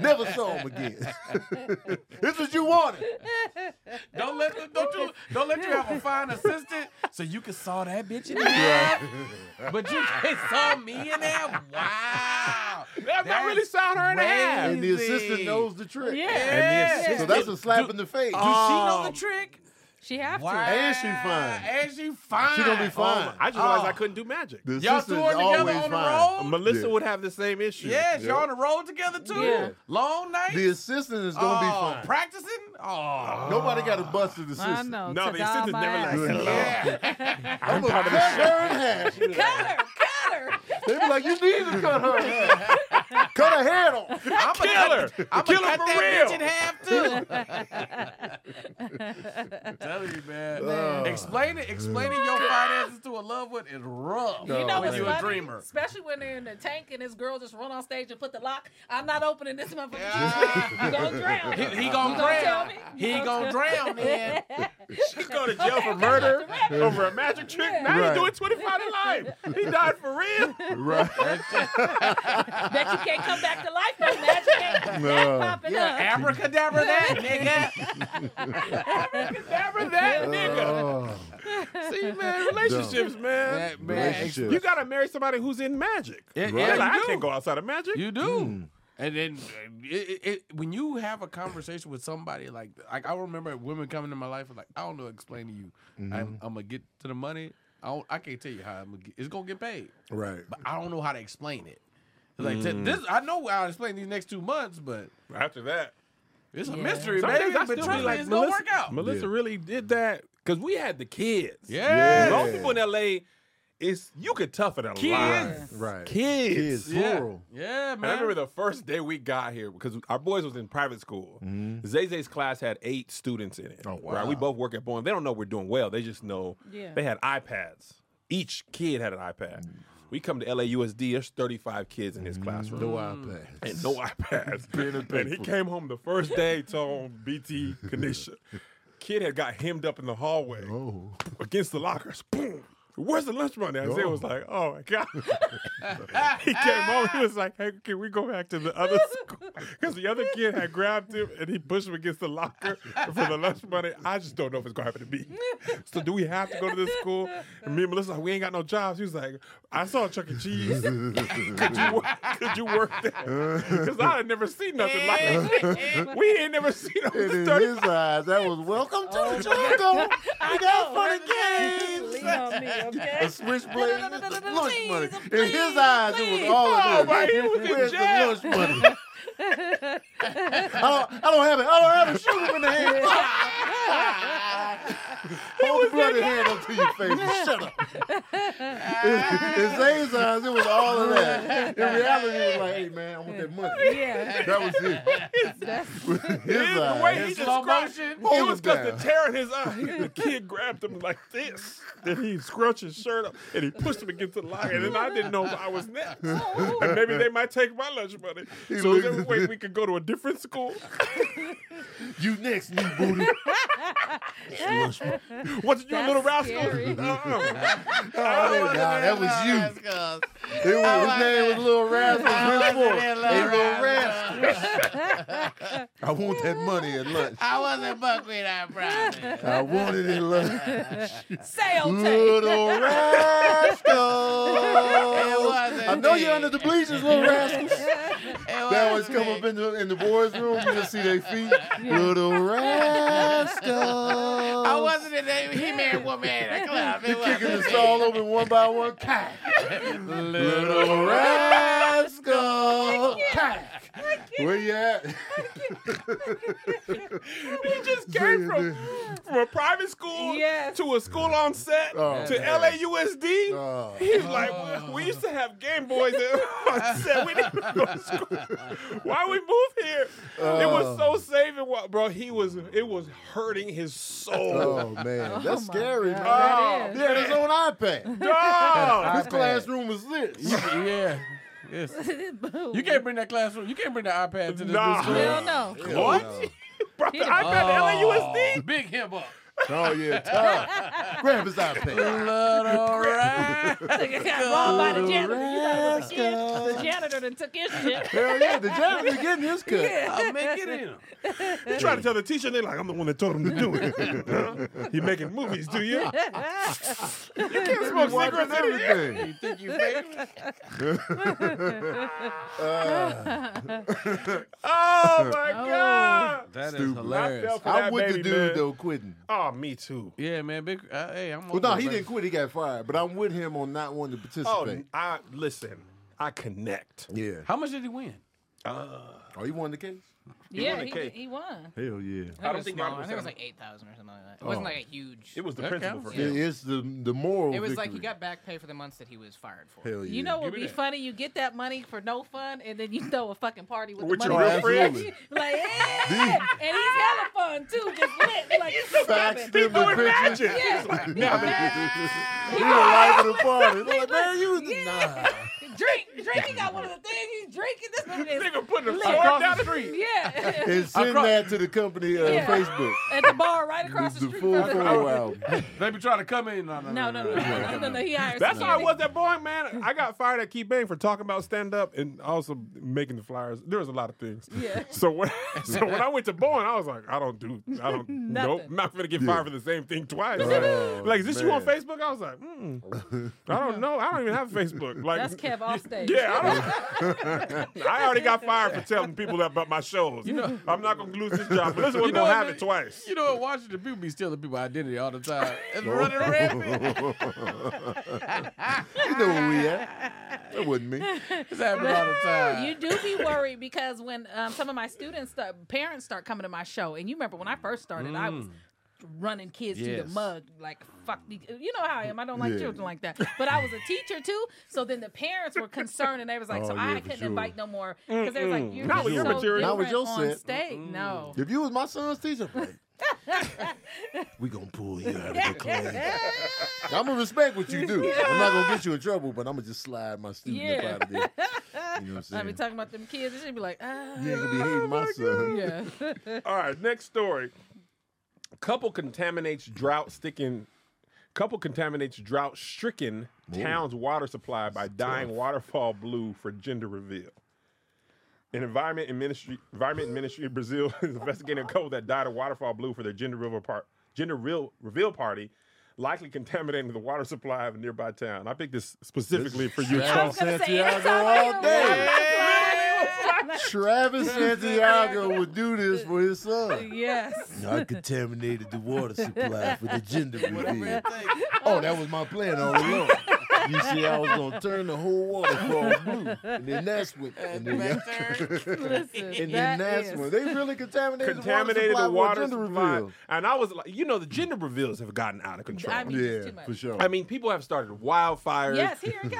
[SPEAKER 3] Never saw him again. *laughs* this what you wanted.
[SPEAKER 4] Don't let don't you don't let you have a fine assistant so you can saw that bitch in the half, but you can't saw me in there. Wow,
[SPEAKER 1] That- that really sawed her in the half.
[SPEAKER 3] And the
[SPEAKER 4] crazy.
[SPEAKER 3] assistant knows the trick.
[SPEAKER 1] And
[SPEAKER 2] Yeah.
[SPEAKER 1] the
[SPEAKER 4] Yeah.
[SPEAKER 3] So
[SPEAKER 1] assistant-
[SPEAKER 3] that's a slap in the face.
[SPEAKER 4] Do she
[SPEAKER 1] Oh.
[SPEAKER 4] know the trick?
[SPEAKER 2] She have
[SPEAKER 4] Wow.
[SPEAKER 2] to.
[SPEAKER 3] And she fine.
[SPEAKER 4] And she fine.
[SPEAKER 3] She gonna be
[SPEAKER 1] Oh,
[SPEAKER 3] fine.
[SPEAKER 1] my- *laughs* I just realized
[SPEAKER 4] Oh.
[SPEAKER 1] I couldn't do magic.
[SPEAKER 3] the
[SPEAKER 4] Y'all
[SPEAKER 3] assistant's
[SPEAKER 4] two are together
[SPEAKER 3] always
[SPEAKER 4] on the
[SPEAKER 3] fine.
[SPEAKER 4] road?
[SPEAKER 1] Melissa
[SPEAKER 3] Yeah.
[SPEAKER 1] would have the same issue.
[SPEAKER 4] Yes,
[SPEAKER 3] Yeah.
[SPEAKER 4] y'all on the road together too.
[SPEAKER 2] Yeah.
[SPEAKER 4] Long night.
[SPEAKER 3] The assistant is gonna
[SPEAKER 4] Oh,
[SPEAKER 3] be fine.
[SPEAKER 4] Practicing. Oh.
[SPEAKER 3] Nobody got a bust to the assistant.
[SPEAKER 2] I know.
[SPEAKER 1] No, the
[SPEAKER 2] Ta-da,
[SPEAKER 1] assistant's
[SPEAKER 2] my
[SPEAKER 1] never
[SPEAKER 2] ass.
[SPEAKER 1] like,
[SPEAKER 3] Good Lord. *laughs*
[SPEAKER 4] Yeah.
[SPEAKER 1] I'm
[SPEAKER 3] Cut
[SPEAKER 1] part of
[SPEAKER 3] her
[SPEAKER 1] the show.
[SPEAKER 3] in half. They
[SPEAKER 2] Cut her, cut her.
[SPEAKER 3] be like, you need to cut her in half.
[SPEAKER 4] *laughs*
[SPEAKER 3] cut her head off.
[SPEAKER 4] I'm a
[SPEAKER 1] Killer.
[SPEAKER 4] I'm
[SPEAKER 1] Killer
[SPEAKER 4] gonna cut
[SPEAKER 1] for
[SPEAKER 4] that
[SPEAKER 1] real.
[SPEAKER 4] bitch in half too. Tell you, man.
[SPEAKER 3] Oh.
[SPEAKER 4] Explain it. Explaining your finances to a loved one is rough.
[SPEAKER 3] You know
[SPEAKER 4] when
[SPEAKER 3] what's
[SPEAKER 4] you a
[SPEAKER 2] funny?
[SPEAKER 4] dreamer.
[SPEAKER 2] Especially when they're in the tank and this girl just run on stage and put the lock. I'm not opening this motherfucker.
[SPEAKER 4] Yeah.
[SPEAKER 2] You gonna drown.
[SPEAKER 4] He, he
[SPEAKER 2] You
[SPEAKER 4] gonna
[SPEAKER 2] tell
[SPEAKER 4] drown.
[SPEAKER 2] me?
[SPEAKER 4] He
[SPEAKER 2] You *laughs*
[SPEAKER 4] gonna drown, man.
[SPEAKER 1] She's going to jail for murder over a magic trick. Now
[SPEAKER 3] Right.
[SPEAKER 1] he's doing 25 to life. He died for real.
[SPEAKER 3] Right.
[SPEAKER 2] Bet you can't come back to life. No magic ain't
[SPEAKER 3] No.
[SPEAKER 2] popping up.
[SPEAKER 4] Abracadabra that, nigga.
[SPEAKER 1] Never that nigga.
[SPEAKER 3] Oh.
[SPEAKER 1] See, man, relationships, man.
[SPEAKER 4] That, man.
[SPEAKER 3] Relationship.
[SPEAKER 1] You got to marry somebody who's in magic.
[SPEAKER 4] Yeah,
[SPEAKER 1] They're
[SPEAKER 4] yeah,
[SPEAKER 1] like,
[SPEAKER 4] you
[SPEAKER 1] I
[SPEAKER 4] do.
[SPEAKER 1] can't go outside of magic.
[SPEAKER 4] You do.
[SPEAKER 3] Hmm.
[SPEAKER 4] And then uh, it, it, it, when you have a conversation with somebody like like I remember women coming to my life and like I don't know how to explain to you I'm,
[SPEAKER 3] Mm-hmm.
[SPEAKER 4] I'm gonna get to the money I don't, I can't tell you how I'm gonna get, it's gonna get paid
[SPEAKER 3] Right.
[SPEAKER 4] but I don't know how to explain it It's like
[SPEAKER 3] Mm.
[SPEAKER 4] t- this I know how to explain these next two months but
[SPEAKER 1] After that.
[SPEAKER 4] it's a
[SPEAKER 2] Yeah.
[SPEAKER 4] mystery
[SPEAKER 1] Some
[SPEAKER 4] man
[SPEAKER 1] days I
[SPEAKER 4] but
[SPEAKER 1] still
[SPEAKER 4] trust
[SPEAKER 1] be
[SPEAKER 4] me,
[SPEAKER 1] like,
[SPEAKER 4] it's
[SPEAKER 1] Melissa,
[SPEAKER 4] gonna work out
[SPEAKER 1] Melissa
[SPEAKER 3] Yeah.
[SPEAKER 1] really did that because we had the kids.
[SPEAKER 4] yeah,
[SPEAKER 1] Most
[SPEAKER 3] Yeah.
[SPEAKER 1] people in LA, it's you could tough it a lot.
[SPEAKER 4] kids
[SPEAKER 3] Right.
[SPEAKER 1] Kids.
[SPEAKER 3] Kids.
[SPEAKER 4] yeah.
[SPEAKER 3] Plural.
[SPEAKER 4] yeah man
[SPEAKER 1] I remember the first day we got here because our boys was in private school. Zay Zay's class had eight students in it.
[SPEAKER 3] Mm-hmm. Oh, wow.
[SPEAKER 1] Right, we both work at Boeing. They don't know we're doing well. They just know
[SPEAKER 2] Yeah.
[SPEAKER 1] they had iPads. Each kid had an iPad.
[SPEAKER 3] Mm.
[SPEAKER 1] We come to LAUSD. There's 35 kids in his classroom.
[SPEAKER 3] No iPads.
[SPEAKER 1] and
[SPEAKER 3] *laughs*
[SPEAKER 1] no iPads.
[SPEAKER 3] Mm. Pen and
[SPEAKER 1] and he
[SPEAKER 3] paper.
[SPEAKER 1] came home the first day, told BT
[SPEAKER 3] *laughs*
[SPEAKER 1] Kanisha. Kid had got hemmed up in the hallway
[SPEAKER 3] Oh.
[SPEAKER 1] *laughs* against the lockers. Boom. Where's the lunch money? Isaiah was like, oh my God. *laughs* he came home. He was like, hey, can we go back to the other school? Because the other kid had grabbed him and he pushed him against the locker for the lunch money. I just don't know if it's going to happen to me. So do we have to go to this school? And me and Melissa, like, we ain't got no jobs. He was like, I saw Chuck E. Cheese. could, you work, could you work there? Because I had never seen nothing like it. we ain't never seen over
[SPEAKER 3] And in
[SPEAKER 1] this
[SPEAKER 3] his
[SPEAKER 1] 35.
[SPEAKER 3] eyes, that was welcome to
[SPEAKER 1] Oh.
[SPEAKER 3] the jungle.
[SPEAKER 1] *laughs*
[SPEAKER 2] I
[SPEAKER 3] got
[SPEAKER 2] know.
[SPEAKER 3] funny
[SPEAKER 2] Lean
[SPEAKER 3] games.
[SPEAKER 2] on me, okay?
[SPEAKER 3] *laughs* A switchblade and a lunch money. In
[SPEAKER 2] Please,
[SPEAKER 3] his eyes, it
[SPEAKER 2] please.
[SPEAKER 3] was all
[SPEAKER 1] Oh,
[SPEAKER 3] of
[SPEAKER 1] my,
[SPEAKER 3] this.
[SPEAKER 1] he was in
[SPEAKER 3] Where's
[SPEAKER 1] jail.
[SPEAKER 3] the lunch money? I don't, I don't have it. I don't have it. Shoot him in
[SPEAKER 1] *laughs*
[SPEAKER 3] the hand. *laughs* Hold the bloody hand up to your face and shut
[SPEAKER 1] *laughs*
[SPEAKER 3] up. in, in Zay's eyes, it was all of that. In reality, it was like, hey, man, I want that money.
[SPEAKER 2] Yeah.
[SPEAKER 3] That was it. *laughs* his
[SPEAKER 1] His
[SPEAKER 3] eyes.
[SPEAKER 1] way he
[SPEAKER 4] In slow
[SPEAKER 1] described it, it
[SPEAKER 4] motion.
[SPEAKER 1] was
[SPEAKER 3] Hold
[SPEAKER 1] because
[SPEAKER 3] it
[SPEAKER 1] the
[SPEAKER 3] down.
[SPEAKER 1] tear in his eye. The kid grabbed him like this. Then he scrunched his shirt up and he pushed him against the locker. And then I didn't know if I was next. And maybe they might take my lunch money. So is
[SPEAKER 3] looked
[SPEAKER 1] there a
[SPEAKER 3] at
[SPEAKER 1] way
[SPEAKER 3] the-
[SPEAKER 1] we could go to a different school?
[SPEAKER 3] You next, new
[SPEAKER 6] *laughs*
[SPEAKER 3] booty. Lunch money.
[SPEAKER 1] What did you, a little
[SPEAKER 2] That's
[SPEAKER 1] rascal?
[SPEAKER 2] scary.
[SPEAKER 1] Uh-uh.
[SPEAKER 3] Oh, God, that was you.
[SPEAKER 4] *laughs*
[SPEAKER 3] It was, his name was Little Rascal. Prince Ford. Hey, Little Rascal. I want that money at lunch.
[SPEAKER 6] I wasn't buckwheat, I
[SPEAKER 3] *laughs*
[SPEAKER 6] promise.
[SPEAKER 3] I want it
[SPEAKER 6] *laughs*
[SPEAKER 3] at lunch.
[SPEAKER 2] Sale tape.
[SPEAKER 3] Little Rascal. I know you're under the bleachers, Little Rascal. They always come up in the, in the boys' room. You just see their feet.
[SPEAKER 6] *laughs*
[SPEAKER 3] Little Rascal.
[SPEAKER 6] I wasn't in that He-Man woman at the club. It wasn't
[SPEAKER 3] Kicking the
[SPEAKER 6] me.
[SPEAKER 3] stall open *laughs* one by one. Pow. Little rascal.
[SPEAKER 2] *laughs*
[SPEAKER 3] Pow.
[SPEAKER 4] back.
[SPEAKER 3] *laughs* Where you at? *laughs*
[SPEAKER 1] He just came from, from a private school
[SPEAKER 2] Yes.
[SPEAKER 1] to a school on set
[SPEAKER 3] Oh,
[SPEAKER 1] to
[SPEAKER 3] man.
[SPEAKER 1] LAUSD.
[SPEAKER 3] Oh.
[SPEAKER 1] He's like, "Well, we used to have Game Boys *laughs* on set. We didn't go to school. Why we move here? It was so
[SPEAKER 3] Oh.
[SPEAKER 1] safe. And wa- bro, he was. It was hurting his soul.
[SPEAKER 3] *laughs* Oh man,
[SPEAKER 2] Oh,
[SPEAKER 3] that's
[SPEAKER 2] my
[SPEAKER 3] scary.
[SPEAKER 2] God.
[SPEAKER 3] man.
[SPEAKER 1] Oh,
[SPEAKER 2] That is.
[SPEAKER 3] He had his own *laughs* iPad. Oh,
[SPEAKER 1] Dog.
[SPEAKER 3] His classroom was this.
[SPEAKER 4] yeah. Yes. You can't bring that classroom. You can't bring the iPad to this
[SPEAKER 1] Nah.
[SPEAKER 4] new school.
[SPEAKER 1] *laughs*
[SPEAKER 2] Hell no. *laughs*
[SPEAKER 1] What? Brought the iPad to LAUSD.
[SPEAKER 4] Big hip up.
[SPEAKER 3] Oh yeah, Tom. *laughs* grab his iPad.
[SPEAKER 4] *laughs* Little rat.
[SPEAKER 2] Nigga got robbed by the janitor. You thought it was a kid. The janitor done took his
[SPEAKER 1] *laughs*
[SPEAKER 2] shit.
[SPEAKER 3] Hell yeah, the janitor getting his cut.
[SPEAKER 4] I'll make it in.
[SPEAKER 1] You try to tell the teacher, they're like, I'm the one that told him to do it. *laughs* Huh? you making movies, do you? You can't smoke cigarettes
[SPEAKER 3] Cigarettes,
[SPEAKER 1] in here.
[SPEAKER 3] everything.
[SPEAKER 4] You think you famous?
[SPEAKER 1] Oh my god.
[SPEAKER 4] That is
[SPEAKER 3] Stupid.
[SPEAKER 1] I felt for
[SPEAKER 3] I'm
[SPEAKER 1] that
[SPEAKER 3] with the
[SPEAKER 1] baby,
[SPEAKER 3] dude
[SPEAKER 1] man.
[SPEAKER 3] though quitting.
[SPEAKER 1] Oh, me too.
[SPEAKER 4] Yeah, man. Big. Uh, hey, I'm.
[SPEAKER 3] Well, no, he didn't quit. He got fired. But I'm with him on not wanting to
[SPEAKER 1] Oh,
[SPEAKER 3] participate.
[SPEAKER 1] I listen. I connect.
[SPEAKER 3] yeah.
[SPEAKER 4] How much did he win?
[SPEAKER 3] Oh, he won the case.
[SPEAKER 2] Yeah,
[SPEAKER 1] the
[SPEAKER 2] he,
[SPEAKER 1] cake.
[SPEAKER 2] he won.
[SPEAKER 3] Hell yeah.
[SPEAKER 1] I don't think I
[SPEAKER 5] small. I think it
[SPEAKER 1] understand.
[SPEAKER 5] was like eight thousand or something like
[SPEAKER 3] Oh.
[SPEAKER 5] that. It wasn't like a huge.
[SPEAKER 1] It was the
[SPEAKER 4] That
[SPEAKER 1] principal
[SPEAKER 4] counts.
[SPEAKER 1] for
[SPEAKER 3] Yeah,
[SPEAKER 1] him.
[SPEAKER 3] It's the the moral.
[SPEAKER 5] It was
[SPEAKER 3] victory.
[SPEAKER 5] like he got back pay for the months that he was fired for.
[SPEAKER 3] Hell yeah.
[SPEAKER 2] You know what
[SPEAKER 1] Give
[SPEAKER 2] would
[SPEAKER 1] me
[SPEAKER 2] be
[SPEAKER 1] that.
[SPEAKER 2] funny? You get that money for no fun, and then you throw a fucking party with,
[SPEAKER 1] With
[SPEAKER 2] the
[SPEAKER 1] your
[SPEAKER 2] money.
[SPEAKER 1] real
[SPEAKER 2] that
[SPEAKER 3] friends?
[SPEAKER 2] you- *laughs* like,
[SPEAKER 1] *laughs*
[SPEAKER 2] yeah. and he's hella fun too, just lit. Like,
[SPEAKER 3] Facts
[SPEAKER 2] fucking-
[SPEAKER 3] them the pictures.
[SPEAKER 1] Imagine.
[SPEAKER 2] Yeah.
[SPEAKER 3] He the life of the party. They're like, man, you was
[SPEAKER 2] Yeah. Drink, drink. He got one of the things he's drinking. This nigga
[SPEAKER 1] Nigga putting a
[SPEAKER 2] Lit.
[SPEAKER 1] sword down the street.
[SPEAKER 2] Yeah. *laughs*
[SPEAKER 3] and send
[SPEAKER 4] Across-
[SPEAKER 3] that to the company uh,
[SPEAKER 2] Yeah.
[SPEAKER 3] Facebook.
[SPEAKER 2] At the bar right across the
[SPEAKER 3] The
[SPEAKER 2] street
[SPEAKER 3] full
[SPEAKER 2] from the
[SPEAKER 3] photo album.
[SPEAKER 4] They be trying to come in. No, no,
[SPEAKER 1] *laughs*
[SPEAKER 2] No, no, no, no, no, no, no. He hired
[SPEAKER 1] That's how I
[SPEAKER 2] somebody.
[SPEAKER 1] was at Boeing, man. I got fired at Key Bang for talking about stand up and also making the flyers. There was a lot of things.
[SPEAKER 2] Yeah.
[SPEAKER 1] *laughs* So when so when I went to Boeing, I was like, I don't do, I don't, nope,
[SPEAKER 2] Nothing.
[SPEAKER 1] not gonna get
[SPEAKER 3] Yeah.
[SPEAKER 1] fired for the same thing twice. *laughs*
[SPEAKER 3] Oh,
[SPEAKER 1] like, is this you on
[SPEAKER 3] man.
[SPEAKER 1] Facebook? I was like, mm, I don't know. I don't even have Facebook. Like, *laughs*
[SPEAKER 2] That's Kev off stage.
[SPEAKER 1] Yeah, I, don't, *laughs* I already got fired for telling people about my shows. I'm not gonna lose this job. But this one
[SPEAKER 4] know
[SPEAKER 1] gonna
[SPEAKER 4] what,
[SPEAKER 1] have it
[SPEAKER 4] nigga?
[SPEAKER 1] twice.
[SPEAKER 4] You know what? Washington people be stealing people identity all the time. It's running rampant.
[SPEAKER 3] You know where we at. That wasn't me.
[SPEAKER 2] *laughs*
[SPEAKER 4] It's happening all the time.
[SPEAKER 2] You do be worried because when um, some of my students, start, parents start coming to my show, and you remember when I first started, I
[SPEAKER 3] Mm.
[SPEAKER 2] was running kids to
[SPEAKER 4] Yes.
[SPEAKER 2] the mug like fuck the- you know how i am i don't like
[SPEAKER 3] Yeah.
[SPEAKER 2] children like that but i was a teacher too so then the parents were concerned and they was like so
[SPEAKER 3] Oh, yeah,
[SPEAKER 2] i
[SPEAKER 3] for
[SPEAKER 2] couldn't
[SPEAKER 3] sure.
[SPEAKER 2] invite no more because they was like you're
[SPEAKER 1] Not
[SPEAKER 2] just
[SPEAKER 1] with your
[SPEAKER 2] so
[SPEAKER 1] material.
[SPEAKER 3] Not with
[SPEAKER 2] different
[SPEAKER 3] your
[SPEAKER 2] on
[SPEAKER 3] set.
[SPEAKER 2] stage no
[SPEAKER 3] If you was my son's teacher, I'm like, we gonna pull you out of the
[SPEAKER 2] *laughs*
[SPEAKER 3] clay. I'm gonna respect what you do. I'm not gonna get you in trouble, but I'm gonna just slide my student up
[SPEAKER 2] Yeah.
[SPEAKER 3] out of there. You know what
[SPEAKER 2] *laughs*
[SPEAKER 3] I'm
[SPEAKER 2] i be
[SPEAKER 3] saying?
[SPEAKER 2] talking about them kids and she'd be like ah
[SPEAKER 3] You ain't gonna be hating my son. *laughs*
[SPEAKER 2] yeah
[SPEAKER 1] All right, next story. Couple contaminates drought sticking. Couple contaminates drought stricken town's water supply by dying waterfall blue for gender reveal. An environment and ministry environment ministry in Brazil *laughs* is investigating a couple that died of waterfall blue for their gender reveal part gender reveal, reveal party, likely contaminating the water supply of a nearby town. I picked this specifically for you,
[SPEAKER 3] Travis
[SPEAKER 1] Charles.
[SPEAKER 2] gonna say,
[SPEAKER 3] Santiago
[SPEAKER 2] anytime I
[SPEAKER 3] all
[SPEAKER 2] hear
[SPEAKER 3] day.
[SPEAKER 2] Like,
[SPEAKER 3] *laughs* Travis Santiago would do this for his *laughs* son.
[SPEAKER 2] yes
[SPEAKER 3] I contaminated the water supply for the gender reveal.
[SPEAKER 4] Thank you.
[SPEAKER 3] Oh, that was my plan all along. You see, I was gonna turn the whole waterfall blue, and then that's what, and then,
[SPEAKER 2] listen
[SPEAKER 3] and then
[SPEAKER 2] that
[SPEAKER 3] that's
[SPEAKER 2] is-
[SPEAKER 3] when they really contaminated,
[SPEAKER 1] contaminated
[SPEAKER 3] the
[SPEAKER 1] the water
[SPEAKER 3] with gender
[SPEAKER 1] supply.
[SPEAKER 3] reveal.
[SPEAKER 1] And I was like, you know, the gender reveals have gotten out of control.
[SPEAKER 2] I
[SPEAKER 1] I
[SPEAKER 2] mean,
[SPEAKER 1] mean,
[SPEAKER 2] It's
[SPEAKER 3] Yeah,
[SPEAKER 2] too much.
[SPEAKER 3] for sure.
[SPEAKER 1] people have started wildfires.
[SPEAKER 2] yes
[SPEAKER 3] *laughs*
[SPEAKER 2] here in
[SPEAKER 1] In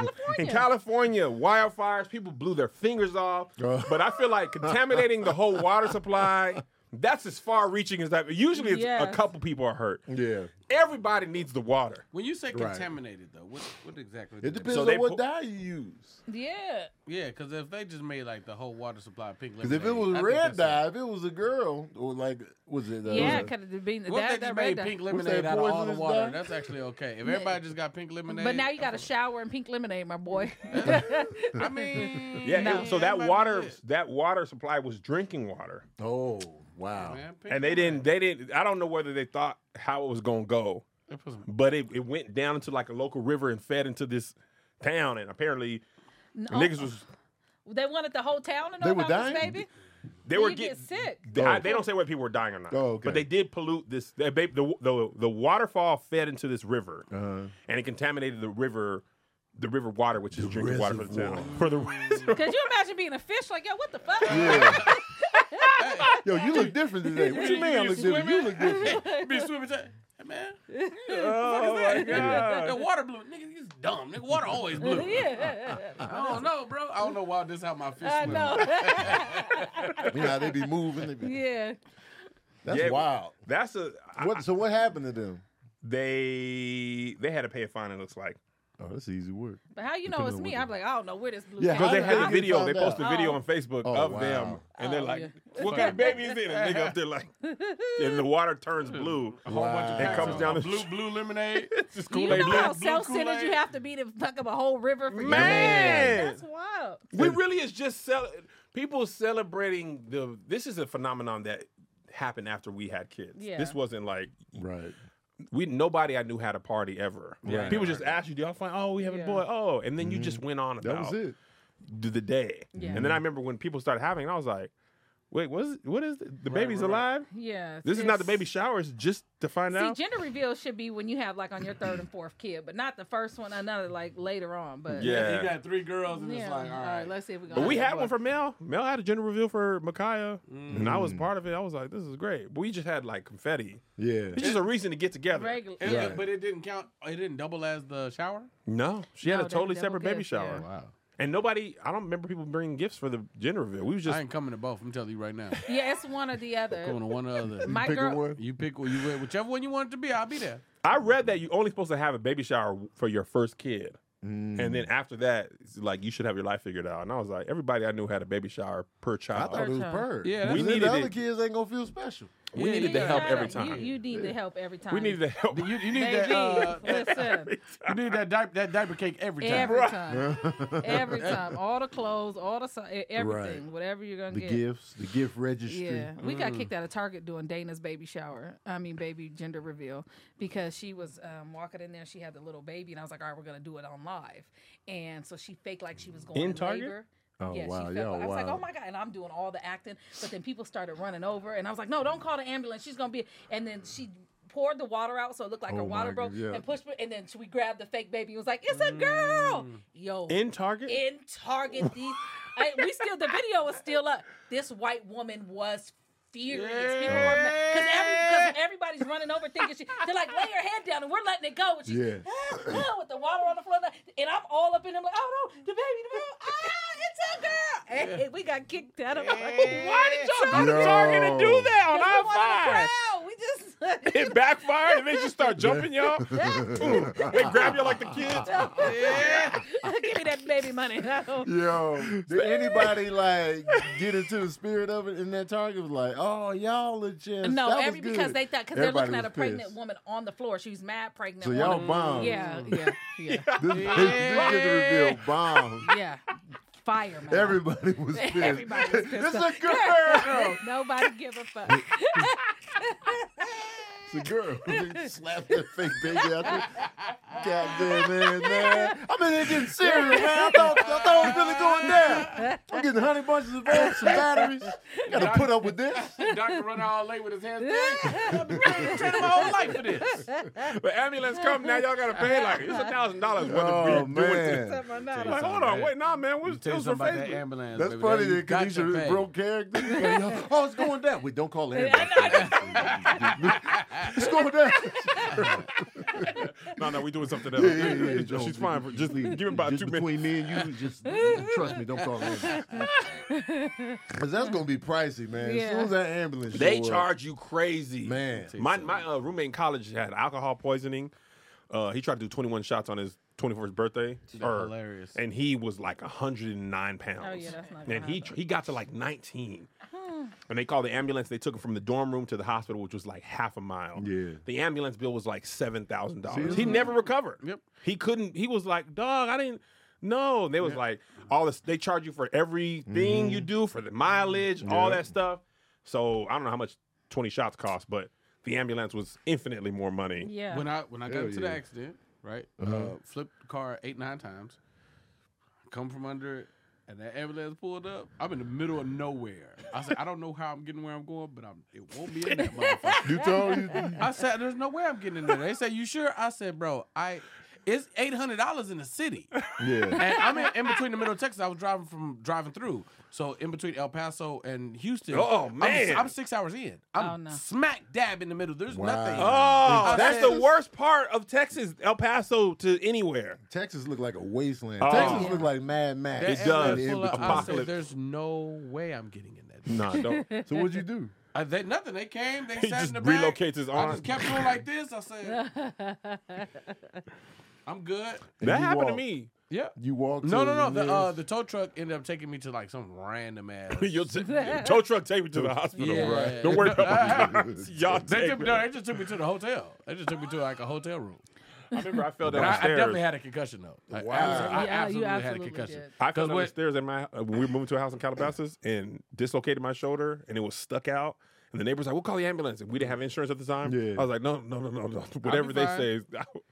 [SPEAKER 2] california
[SPEAKER 1] California, wildfires, people blew their fingers off.
[SPEAKER 3] Oh.
[SPEAKER 1] But I feel like contaminating the whole water supply, that's as far reaching as that. Usually it's a
[SPEAKER 2] Yes.
[SPEAKER 1] couple people are hurt.
[SPEAKER 3] yeah,
[SPEAKER 1] Everybody needs the water.
[SPEAKER 4] When you say
[SPEAKER 3] Right.
[SPEAKER 4] contaminated, though, what what exactly?
[SPEAKER 3] it
[SPEAKER 4] do they-
[SPEAKER 3] depends
[SPEAKER 1] So
[SPEAKER 3] on
[SPEAKER 1] they
[SPEAKER 3] what
[SPEAKER 1] pu-
[SPEAKER 3] dye you use.
[SPEAKER 2] yeah
[SPEAKER 4] Yeah, because if they just made like the whole water supply pink,
[SPEAKER 3] Because if it
[SPEAKER 4] lemonade,
[SPEAKER 3] was
[SPEAKER 4] I think
[SPEAKER 3] red
[SPEAKER 4] that's
[SPEAKER 3] dye, if it was a girl, or like, was it? Uh,
[SPEAKER 2] Yeah, could have been
[SPEAKER 4] it. What
[SPEAKER 2] that,
[SPEAKER 4] if they
[SPEAKER 2] that
[SPEAKER 4] just
[SPEAKER 2] red
[SPEAKER 4] made
[SPEAKER 2] dye.
[SPEAKER 4] pink
[SPEAKER 3] that
[SPEAKER 4] lemonade out of all the
[SPEAKER 3] poisonous
[SPEAKER 4] water?
[SPEAKER 3] dye?
[SPEAKER 4] That's actually okay. If everybody just got pink lemonade,
[SPEAKER 2] But now you got to shower in pink lemonade, my boy. *laughs*
[SPEAKER 4] I mean,
[SPEAKER 1] Yeah.
[SPEAKER 2] No.
[SPEAKER 1] it- so that
[SPEAKER 4] might be
[SPEAKER 1] water
[SPEAKER 4] good.
[SPEAKER 1] that water supply was drinking water.
[SPEAKER 3] Oh wow!
[SPEAKER 4] Man, pink
[SPEAKER 1] And they
[SPEAKER 4] lemonade.
[SPEAKER 1] didn't they didn't I don't know whether they thought how it was gonna go.
[SPEAKER 4] They put some-
[SPEAKER 1] but it, it went down into like a local river and fed into this town and apparently
[SPEAKER 2] Oh,
[SPEAKER 1] niggas was
[SPEAKER 2] they wanted the whole town to know
[SPEAKER 3] They were
[SPEAKER 2] about this
[SPEAKER 3] dying?
[SPEAKER 2] baby.
[SPEAKER 1] they
[SPEAKER 2] You
[SPEAKER 1] were
[SPEAKER 2] get
[SPEAKER 1] getting
[SPEAKER 2] sick.
[SPEAKER 1] *laughs* They, I-
[SPEAKER 3] Oh.
[SPEAKER 1] they don't say whether people were dying or not.
[SPEAKER 3] Oh, okay.
[SPEAKER 1] But they did pollute this. They, they- the, the the waterfall fed into this river,
[SPEAKER 3] Uh-huh.
[SPEAKER 1] and it contaminated the river the river water, which is drinking water for the town.
[SPEAKER 2] *laughs*
[SPEAKER 1] For the reservoir.
[SPEAKER 2] Could you imagine being a fish? Like, yo, what the fuck?
[SPEAKER 3] Yeah. Yo, you look different today. What you mean I
[SPEAKER 4] you
[SPEAKER 3] look different? You look different.
[SPEAKER 4] be swimming. Say, hey, man,
[SPEAKER 1] *laughs* Oh my god!
[SPEAKER 4] that water blue. Nigga, he's dumb. Nigga, water always blue.
[SPEAKER 2] *laughs* *laughs* yeah.
[SPEAKER 4] I don't know, bro. I don't know why this how my fish
[SPEAKER 2] I
[SPEAKER 4] swim.
[SPEAKER 1] *laughs*
[SPEAKER 2] know. *laughs*
[SPEAKER 3] You know how they be moving. They be,
[SPEAKER 2] yeah.
[SPEAKER 3] That's
[SPEAKER 1] Yeah.
[SPEAKER 3] wild.
[SPEAKER 1] That's a I-
[SPEAKER 3] What? So what happened to them?
[SPEAKER 1] they they had to pay a fine. It looks like
[SPEAKER 3] Oh, that's easy work.
[SPEAKER 2] But how you know
[SPEAKER 3] Depending
[SPEAKER 2] it's
[SPEAKER 3] on
[SPEAKER 2] me?
[SPEAKER 3] what
[SPEAKER 2] I'm
[SPEAKER 3] they-
[SPEAKER 2] like, I don't know where this blue
[SPEAKER 3] Yeah,
[SPEAKER 2] came
[SPEAKER 1] because they
[SPEAKER 3] How
[SPEAKER 1] had
[SPEAKER 3] did
[SPEAKER 1] a
[SPEAKER 3] they get
[SPEAKER 1] video. They
[SPEAKER 3] found out?
[SPEAKER 1] posted a video on Facebook
[SPEAKER 3] Oh,
[SPEAKER 1] of
[SPEAKER 3] wow.
[SPEAKER 1] them, and they're
[SPEAKER 2] Oh,
[SPEAKER 1] like,
[SPEAKER 2] yeah.
[SPEAKER 1] "What kind of baby is it?" And they go
[SPEAKER 2] *laughs*
[SPEAKER 1] up there like, and the water turns blue.
[SPEAKER 3] *laughs*
[SPEAKER 4] A whole bunch of
[SPEAKER 3] It
[SPEAKER 4] packs
[SPEAKER 1] comes
[SPEAKER 4] of
[SPEAKER 1] down the-
[SPEAKER 4] blue blue lemonade.
[SPEAKER 1] *laughs* Just
[SPEAKER 2] You
[SPEAKER 1] Kool-Aid
[SPEAKER 2] know
[SPEAKER 1] blue.
[SPEAKER 2] how
[SPEAKER 4] blue
[SPEAKER 2] self-centered you
[SPEAKER 4] Kool-Ad.
[SPEAKER 2] have to be to fuck up a whole river for your
[SPEAKER 1] Man.
[SPEAKER 2] That's wild.
[SPEAKER 1] We really is just cel- people celebrating the. This is a phenomenon that happened after we had kids.
[SPEAKER 2] Yeah.
[SPEAKER 1] This wasn't like
[SPEAKER 3] Right.
[SPEAKER 1] we nobody I knew had a party ever.
[SPEAKER 3] Right. Mm-hmm.
[SPEAKER 1] People just asked you, "Do y'all find? Oh, we have a
[SPEAKER 2] Yeah.
[SPEAKER 1] boy. Oh, and then you just went on
[SPEAKER 3] That
[SPEAKER 1] about
[SPEAKER 3] was it.
[SPEAKER 1] th- the day.
[SPEAKER 2] Yeah.
[SPEAKER 1] And then I remember when people started having, it, I was like, "Wait, what is what is it? the
[SPEAKER 4] Right,
[SPEAKER 1] baby's
[SPEAKER 4] right, right.
[SPEAKER 1] alive?
[SPEAKER 2] Yeah.
[SPEAKER 1] This is not the
[SPEAKER 2] it's-
[SPEAKER 1] baby shower. It's just to find
[SPEAKER 2] See,
[SPEAKER 1] out."
[SPEAKER 2] gender reveal should be when you have like on your third and fourth kid, but not the first one. Another like later on, but
[SPEAKER 1] Yeah.
[SPEAKER 4] You got three girls and
[SPEAKER 2] yeah.
[SPEAKER 4] it's like, all right.
[SPEAKER 2] let's see if we.
[SPEAKER 1] but we had
[SPEAKER 2] have
[SPEAKER 1] one for Mel. Mel had a gender reveal for Micaiah, and I was
[SPEAKER 3] Mm.
[SPEAKER 1] part of it. I was like, "This is great." But we just had like confetti.
[SPEAKER 3] Yeah.
[SPEAKER 1] It's just a reason to get together.
[SPEAKER 2] regular.
[SPEAKER 4] It-
[SPEAKER 3] Right.
[SPEAKER 4] But it didn't count. It didn't double as the shower.
[SPEAKER 1] No, she had
[SPEAKER 2] No,
[SPEAKER 1] a
[SPEAKER 2] that-
[SPEAKER 1] totally
[SPEAKER 2] that
[SPEAKER 1] separate
[SPEAKER 2] was
[SPEAKER 1] baby
[SPEAKER 2] good,
[SPEAKER 1] shower,
[SPEAKER 2] yeah.
[SPEAKER 4] Wow.
[SPEAKER 1] and nobody. I don't remember people bringing gifts for the gender reveal. We was just
[SPEAKER 4] I ain't coming to both. I'm telling you
[SPEAKER 2] *laughs*
[SPEAKER 4] right now.
[SPEAKER 2] Yeah, it's one or the
[SPEAKER 4] Going
[SPEAKER 2] other.
[SPEAKER 4] to one or the other.
[SPEAKER 2] My
[SPEAKER 3] Picking
[SPEAKER 2] girl,
[SPEAKER 3] one.
[SPEAKER 4] You pick what you whichever one you want it to be. I'll be there.
[SPEAKER 1] I read that you only supposed to have a baby shower for your first kid,
[SPEAKER 3] Mm.
[SPEAKER 1] and then after that, it's like you should have your life figured out. And I was like, everybody I knew had a baby shower per
[SPEAKER 3] I
[SPEAKER 1] child.
[SPEAKER 3] thought it was
[SPEAKER 2] child.
[SPEAKER 3] purr.
[SPEAKER 4] Yeah,
[SPEAKER 1] We
[SPEAKER 3] we needed
[SPEAKER 1] needed
[SPEAKER 3] the other
[SPEAKER 1] it.
[SPEAKER 3] kids ain't gonna feel special.
[SPEAKER 1] we
[SPEAKER 4] Yeah,
[SPEAKER 1] needed
[SPEAKER 4] yeah,
[SPEAKER 1] the help
[SPEAKER 4] yeah.
[SPEAKER 1] every
[SPEAKER 2] You-
[SPEAKER 1] time.
[SPEAKER 2] You, need the help every time.
[SPEAKER 1] we needed the help. *laughs*
[SPEAKER 4] You, you need that.
[SPEAKER 2] Baby, *laughs*
[SPEAKER 4] Uh,
[SPEAKER 2] listen.
[SPEAKER 4] you need that diaper. That diaper cake every time.
[SPEAKER 2] Every time, every time, all the clothes, all the si- e- everything,
[SPEAKER 3] Right.
[SPEAKER 2] whatever you're gonna
[SPEAKER 3] The
[SPEAKER 2] get.
[SPEAKER 3] gifts, the gift registry. Mm.
[SPEAKER 2] Yeah, we got kicked out of Target doing Dana's baby shower. I mean, baby gender reveal because she was um, walking in there. She had the little baby, and I was like, "All right, we're gonna do it on live." And so she faked like she was going
[SPEAKER 1] In
[SPEAKER 2] in
[SPEAKER 1] Target?
[SPEAKER 2] labor.
[SPEAKER 3] Oh,
[SPEAKER 2] yeah,
[SPEAKER 3] wow,
[SPEAKER 2] She felt
[SPEAKER 3] yeah,
[SPEAKER 2] like, I was like,
[SPEAKER 3] wow.
[SPEAKER 2] "Oh my god!" And I'm doing all the acting, but then people started running over, and I was like, "No, don't call the ambulance. She's gonna be." And then she poured the water out, so it looked like her
[SPEAKER 3] Oh
[SPEAKER 2] water
[SPEAKER 3] my
[SPEAKER 2] broke,
[SPEAKER 3] God, yeah.
[SPEAKER 2] and pushed. And then we grabbed the fake baby. and was like, "It's a girl!"
[SPEAKER 3] Mm.
[SPEAKER 2] Yo,
[SPEAKER 1] in Target.
[SPEAKER 2] in Target. These, I, we still the video was still up. This white woman was furious. People were mad because every, 'cause everybody's running over thinking she. They're like, lay her head down, and we're letting it go. And she's
[SPEAKER 3] Yeah.
[SPEAKER 2] "Ah, ah," with the water on the floor, and I'm all up in them like, oh no, the baby, the baby, ah, it's a girl. And we got kicked out of. Why did y'all
[SPEAKER 1] How did Target to do that on
[SPEAKER 2] we wanted the
[SPEAKER 1] our five?
[SPEAKER 2] crowd. We just. *laughs*
[SPEAKER 1] It backfired, and they just
[SPEAKER 3] *laughs*
[SPEAKER 1] start jumping y'all. Boom. they grab you like the
[SPEAKER 2] *laughs*
[SPEAKER 1] kids. *laughs*
[SPEAKER 2] Give me that baby money. I don't-
[SPEAKER 3] Yo,
[SPEAKER 2] *laughs*
[SPEAKER 3] did anybody like get into the spirit of it in that target? Was like, oh, y'all are just
[SPEAKER 2] No,
[SPEAKER 3] that was
[SPEAKER 2] every, because
[SPEAKER 3] good.
[SPEAKER 2] they thought because they're
[SPEAKER 3] Everybody
[SPEAKER 2] looking at a
[SPEAKER 3] was
[SPEAKER 2] pregnant
[SPEAKER 3] pissed.
[SPEAKER 2] woman on the floor. She was mad pregnant.
[SPEAKER 3] So
[SPEAKER 2] on
[SPEAKER 3] y'all
[SPEAKER 2] the-
[SPEAKER 3] bombed.
[SPEAKER 2] Yeah, yeah, yeah,
[SPEAKER 3] This, this, this gender reveal bombed.
[SPEAKER 2] yeah. Fire, man.
[SPEAKER 3] *laughs* Everybody was
[SPEAKER 2] *laughs*
[SPEAKER 3] pissed.
[SPEAKER 2] Everybody was
[SPEAKER 3] this
[SPEAKER 2] pissed
[SPEAKER 3] is a girl.
[SPEAKER 2] Nobody give a
[SPEAKER 3] *laughs*
[SPEAKER 2] fuck.
[SPEAKER 3] It's a girl.
[SPEAKER 2] *laughs*
[SPEAKER 3] They slapped that fake baby out there. Goddamn man, man. I'm in here getting serious, man. I thought, I thought it was really going down. I'm getting honey bunches of oats, some batteries. Gotta put up with this.
[SPEAKER 4] *laughs* Doctor running all late with his hands. down. I've been training training my whole life for this.
[SPEAKER 1] But ambulance come now. Y'all gotta pay like it's a thousand dollars. worth of
[SPEAKER 3] Oh
[SPEAKER 1] beer doing this.
[SPEAKER 3] man.
[SPEAKER 1] Like, hold on, wait, nah, man. What's
[SPEAKER 4] Tell you
[SPEAKER 1] this for
[SPEAKER 4] something about that
[SPEAKER 1] Facebook?
[SPEAKER 4] ambulance.
[SPEAKER 3] That's
[SPEAKER 4] baby.
[SPEAKER 3] funny
[SPEAKER 4] That- you
[SPEAKER 3] that
[SPEAKER 4] got your
[SPEAKER 3] Khadijah
[SPEAKER 4] pay.
[SPEAKER 3] broke character. oh, it's going down. Wait,
[SPEAKER 2] *laughs*
[SPEAKER 3] don't call it. *laughs* it's going down.
[SPEAKER 2] *laughs*
[SPEAKER 1] No, no, we doing something else.
[SPEAKER 3] *laughs*
[SPEAKER 1] *laughs*
[SPEAKER 3] Yeah, yeah, yeah, yeah, Joe.
[SPEAKER 1] She's fine. For,
[SPEAKER 3] *laughs*
[SPEAKER 1] just give him about
[SPEAKER 3] just
[SPEAKER 1] two minutes.
[SPEAKER 3] between
[SPEAKER 1] *laughs*
[SPEAKER 3] me and you, just trust me. Don't call it.
[SPEAKER 1] *laughs*
[SPEAKER 3] Cause that's gonna be pricey, man. As soon as that ambulance,
[SPEAKER 1] They
[SPEAKER 3] show up,
[SPEAKER 1] charge you crazy,
[SPEAKER 3] Man.
[SPEAKER 1] My my uh, roommate in college had alcohol poisoning. Uh, he tried to do 21 shots on his 21st birthday. Or-
[SPEAKER 4] hilarious.
[SPEAKER 1] And he was like 109 pounds.
[SPEAKER 2] Oh, yeah, that's not gonna
[SPEAKER 1] And he he got to like 19. And they called the ambulance. They took him from the dorm room to the hospital, which was like half a mile.
[SPEAKER 3] Yeah.
[SPEAKER 1] The ambulance bill was like seven thousand dollars.
[SPEAKER 3] See?
[SPEAKER 1] He never recovered.
[SPEAKER 4] Yep.
[SPEAKER 1] He couldn't. He was like, dog, I didn't. No, And they was like all this. They charge you for everything you do for the mileage, all that stuff. So I don't know how much twenty shots cost, but the ambulance was infinitely more money.
[SPEAKER 2] Yeah.
[SPEAKER 4] When I when I got
[SPEAKER 3] Hell
[SPEAKER 4] into
[SPEAKER 3] yeah. Uh-huh.
[SPEAKER 4] the accident, right? uh flipped the car eight nine times. Come from under it, and that ambulance pulled up. I'm in the middle of nowhere. I said, I don't know how I'm getting where I'm going, but I'm, it won't be in
[SPEAKER 1] *laughs*
[SPEAKER 4] that motherfucker.
[SPEAKER 3] You told you.
[SPEAKER 4] I said, there's no way I'm getting in there. They said, you sure? I said, bro, I. It's eight hundred dollars in the city.
[SPEAKER 3] Yeah.
[SPEAKER 4] and I'm in, in between the middle of Texas. I was driving from driving through, so in between El Paso and Houston.
[SPEAKER 1] Oh,
[SPEAKER 4] I'm-
[SPEAKER 1] man.
[SPEAKER 4] I'm, six hours in. I'm
[SPEAKER 2] Oh, no.
[SPEAKER 4] smack dab in the middle. There's
[SPEAKER 3] Wow.
[SPEAKER 4] nothing.
[SPEAKER 1] Oh, that's the
[SPEAKER 3] Texas?
[SPEAKER 1] worst part of Texas, El Paso to anywhere.
[SPEAKER 3] Texas looked like a wasteland.
[SPEAKER 1] Oh.
[SPEAKER 3] Texas looked like Mad Max.
[SPEAKER 4] That
[SPEAKER 1] It
[SPEAKER 4] area
[SPEAKER 1] does.
[SPEAKER 4] full of- I said,
[SPEAKER 1] Apocalypse.
[SPEAKER 4] There's no way I'm getting in
[SPEAKER 1] *laughs* Nah,
[SPEAKER 4] that.
[SPEAKER 1] don't.
[SPEAKER 3] So what'd you do?
[SPEAKER 4] I, they, nothing. They came. They
[SPEAKER 1] He
[SPEAKER 4] sat
[SPEAKER 1] just
[SPEAKER 4] in the back.
[SPEAKER 1] relocates his
[SPEAKER 4] I
[SPEAKER 1] arm.
[SPEAKER 4] just kept going like this.
[SPEAKER 2] *laughs*
[SPEAKER 4] I said, I'm good.
[SPEAKER 1] That
[SPEAKER 3] you
[SPEAKER 1] happened to *laughs*
[SPEAKER 3] walk.
[SPEAKER 1] me.
[SPEAKER 4] Yeah.
[SPEAKER 3] You walked. to
[SPEAKER 4] No, no, no. The uh,
[SPEAKER 3] nearest-
[SPEAKER 4] the tow truck ended up taking me to like some
[SPEAKER 1] *laughs*
[SPEAKER 4] random ass.
[SPEAKER 1] Your t- tow truck take me to the hospital.
[SPEAKER 4] Yeah.
[SPEAKER 1] Right. Don't worry *laughs*
[SPEAKER 3] *laughs*
[SPEAKER 1] about my
[SPEAKER 3] Right.
[SPEAKER 1] Y'all
[SPEAKER 4] They,
[SPEAKER 1] take
[SPEAKER 4] took,
[SPEAKER 1] me.
[SPEAKER 4] no, they just took me to the hotel. They just took me to like a hotel room.
[SPEAKER 1] I remember I fell
[SPEAKER 4] But
[SPEAKER 1] down
[SPEAKER 4] I,
[SPEAKER 1] the
[SPEAKER 4] I definitely
[SPEAKER 1] stairs.
[SPEAKER 4] had a concussion though. Like,
[SPEAKER 3] Wow.
[SPEAKER 4] absolutely-
[SPEAKER 2] Yeah,
[SPEAKER 4] I
[SPEAKER 2] you
[SPEAKER 4] absolutely,
[SPEAKER 2] absolutely
[SPEAKER 4] had a concussion.
[SPEAKER 2] did.
[SPEAKER 1] I fell
[SPEAKER 4] Because
[SPEAKER 1] down the
[SPEAKER 4] what-
[SPEAKER 1] stairs at my uh, when we moved to a house in Calabasas and dislocated my shoulder and it was stuck out. And the neighbors like, we'll call the ambulance. And we didn't have insurance at the time.
[SPEAKER 3] Yeah.
[SPEAKER 1] I was like, no, no, no, no, no. Whatever they
[SPEAKER 4] fine.
[SPEAKER 1] say, is- *laughs* I'll,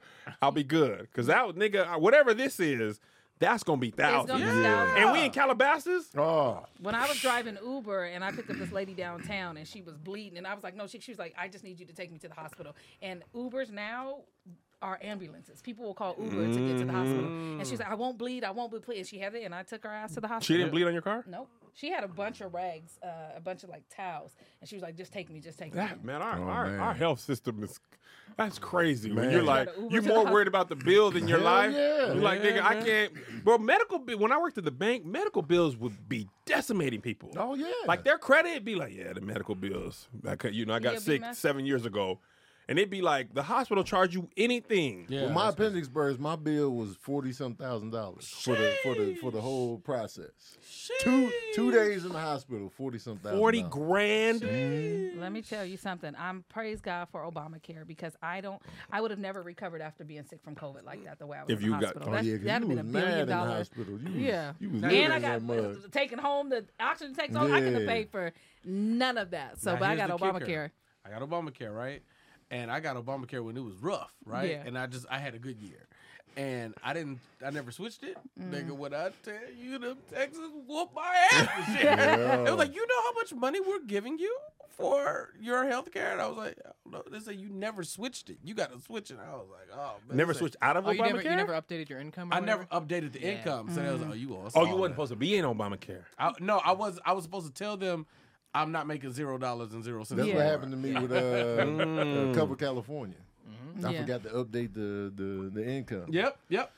[SPEAKER 1] I'll be good. Because that nigga, I- whatever this is, that's gonna be
[SPEAKER 2] It's
[SPEAKER 1] thousands.
[SPEAKER 2] gonna be
[SPEAKER 4] Yeah.
[SPEAKER 2] thousands.
[SPEAKER 1] And we in Calabasas.
[SPEAKER 3] Oh,
[SPEAKER 2] when I was driving Uber and I picked up this lady downtown and she was bleeding and I was like, no, she, she was like, I just need you to take me to the hospital. And Ubers now are ambulances. People will call Uber to get to the hospital. And
[SPEAKER 3] Mm.
[SPEAKER 2] she was like, I won't bleed, I won't bleed. please." And she had it and I took her ass to the
[SPEAKER 1] She
[SPEAKER 2] hospital.
[SPEAKER 1] didn't bleed on your car.
[SPEAKER 2] Nope. She had a bunch of rags, uh, a bunch of like towels, and she was like, "Just take me, just take me."
[SPEAKER 1] That- man, our,
[SPEAKER 3] Oh,
[SPEAKER 1] our,
[SPEAKER 3] man.
[SPEAKER 1] our health system is that's crazy. When
[SPEAKER 3] Man.
[SPEAKER 1] you're like,
[SPEAKER 2] Gotta Uber
[SPEAKER 1] you're
[SPEAKER 2] to the
[SPEAKER 1] more
[SPEAKER 2] hos-
[SPEAKER 1] worried about the bill than your
[SPEAKER 3] Hell
[SPEAKER 1] life.
[SPEAKER 3] yeah.
[SPEAKER 1] You're like,
[SPEAKER 4] Yeah,
[SPEAKER 1] nigga, I
[SPEAKER 4] man.
[SPEAKER 1] can't. Bro, medical bill. When I worked at the bank, medical bills would be decimating people.
[SPEAKER 3] oh yeah.
[SPEAKER 1] Like their credit be like, yeah, the medical bills. Like, you know, I got
[SPEAKER 2] Yeah, be
[SPEAKER 1] sick
[SPEAKER 2] messed.
[SPEAKER 1] seven years ago, and it'd be like the hospital charge you anything.
[SPEAKER 4] Yeah.
[SPEAKER 3] When my appendix burst, my bill was forty some thousand dollars for the for the for the whole process. Two two days in the hospital, forty some thousand.
[SPEAKER 1] forty
[SPEAKER 3] dollars.
[SPEAKER 1] grand.
[SPEAKER 2] Let me tell you something. I'm praise God for Obamacare because I don't. I would have never recovered after being sick from COVID like that. The way I was
[SPEAKER 1] If
[SPEAKER 2] in
[SPEAKER 1] you
[SPEAKER 2] the
[SPEAKER 1] got-
[SPEAKER 2] hospital.
[SPEAKER 3] Oh
[SPEAKER 2] That-
[SPEAKER 3] yeah,
[SPEAKER 2] that'd
[SPEAKER 3] 'cause you
[SPEAKER 2] have
[SPEAKER 3] was
[SPEAKER 2] been a
[SPEAKER 3] mad in
[SPEAKER 2] billion
[SPEAKER 3] the
[SPEAKER 2] dollars.
[SPEAKER 3] hospital. You was,
[SPEAKER 2] Yeah.
[SPEAKER 3] you was living
[SPEAKER 2] And I
[SPEAKER 3] in that
[SPEAKER 2] got *laughs*
[SPEAKER 3] mud.
[SPEAKER 2] taking home the oxygen tanks. All I could have
[SPEAKER 3] Yeah.
[SPEAKER 2] paid for none of that. So,
[SPEAKER 4] Now,
[SPEAKER 2] but I
[SPEAKER 4] here's
[SPEAKER 2] got
[SPEAKER 4] the
[SPEAKER 2] Obamacare.
[SPEAKER 4] kicker. I got Obamacare, right? And I got Obamacare when it was rough, right?
[SPEAKER 2] Yeah.
[SPEAKER 4] And I just I had a good year. And I didn't I never switched it.
[SPEAKER 2] Mm.
[SPEAKER 4] Nigga, what I tell you, them Texas whooped my ass and
[SPEAKER 2] *laughs*
[SPEAKER 4] shit.
[SPEAKER 3] Yeah.
[SPEAKER 4] It was like, you know how much money we're giving you for your health care? And I was like, no, they say you never switched it. You gotta switch it. I was like, oh man.
[SPEAKER 1] Never
[SPEAKER 4] They say-
[SPEAKER 1] switched out of
[SPEAKER 5] Oh, you never,
[SPEAKER 1] Obamacare.
[SPEAKER 5] you never updated your income? Or
[SPEAKER 4] I never
[SPEAKER 5] whatever?
[SPEAKER 4] updated the
[SPEAKER 5] Yeah.
[SPEAKER 4] income. So they
[SPEAKER 2] Mm-hmm.
[SPEAKER 4] was like, oh, you all
[SPEAKER 1] oh, you
[SPEAKER 4] small
[SPEAKER 1] wasn't
[SPEAKER 4] now.
[SPEAKER 1] supposed to be in Obamacare.
[SPEAKER 4] I, no, I was I was supposed to tell them I'm not making zero dollars and zero cents.
[SPEAKER 3] That's
[SPEAKER 2] Yeah.
[SPEAKER 3] what happened to me with uh,
[SPEAKER 4] Mm.
[SPEAKER 3] uh, Cover California. I
[SPEAKER 2] Mm-hmm. Yeah.
[SPEAKER 3] forgot to update the, the the income.
[SPEAKER 4] Yep, yep.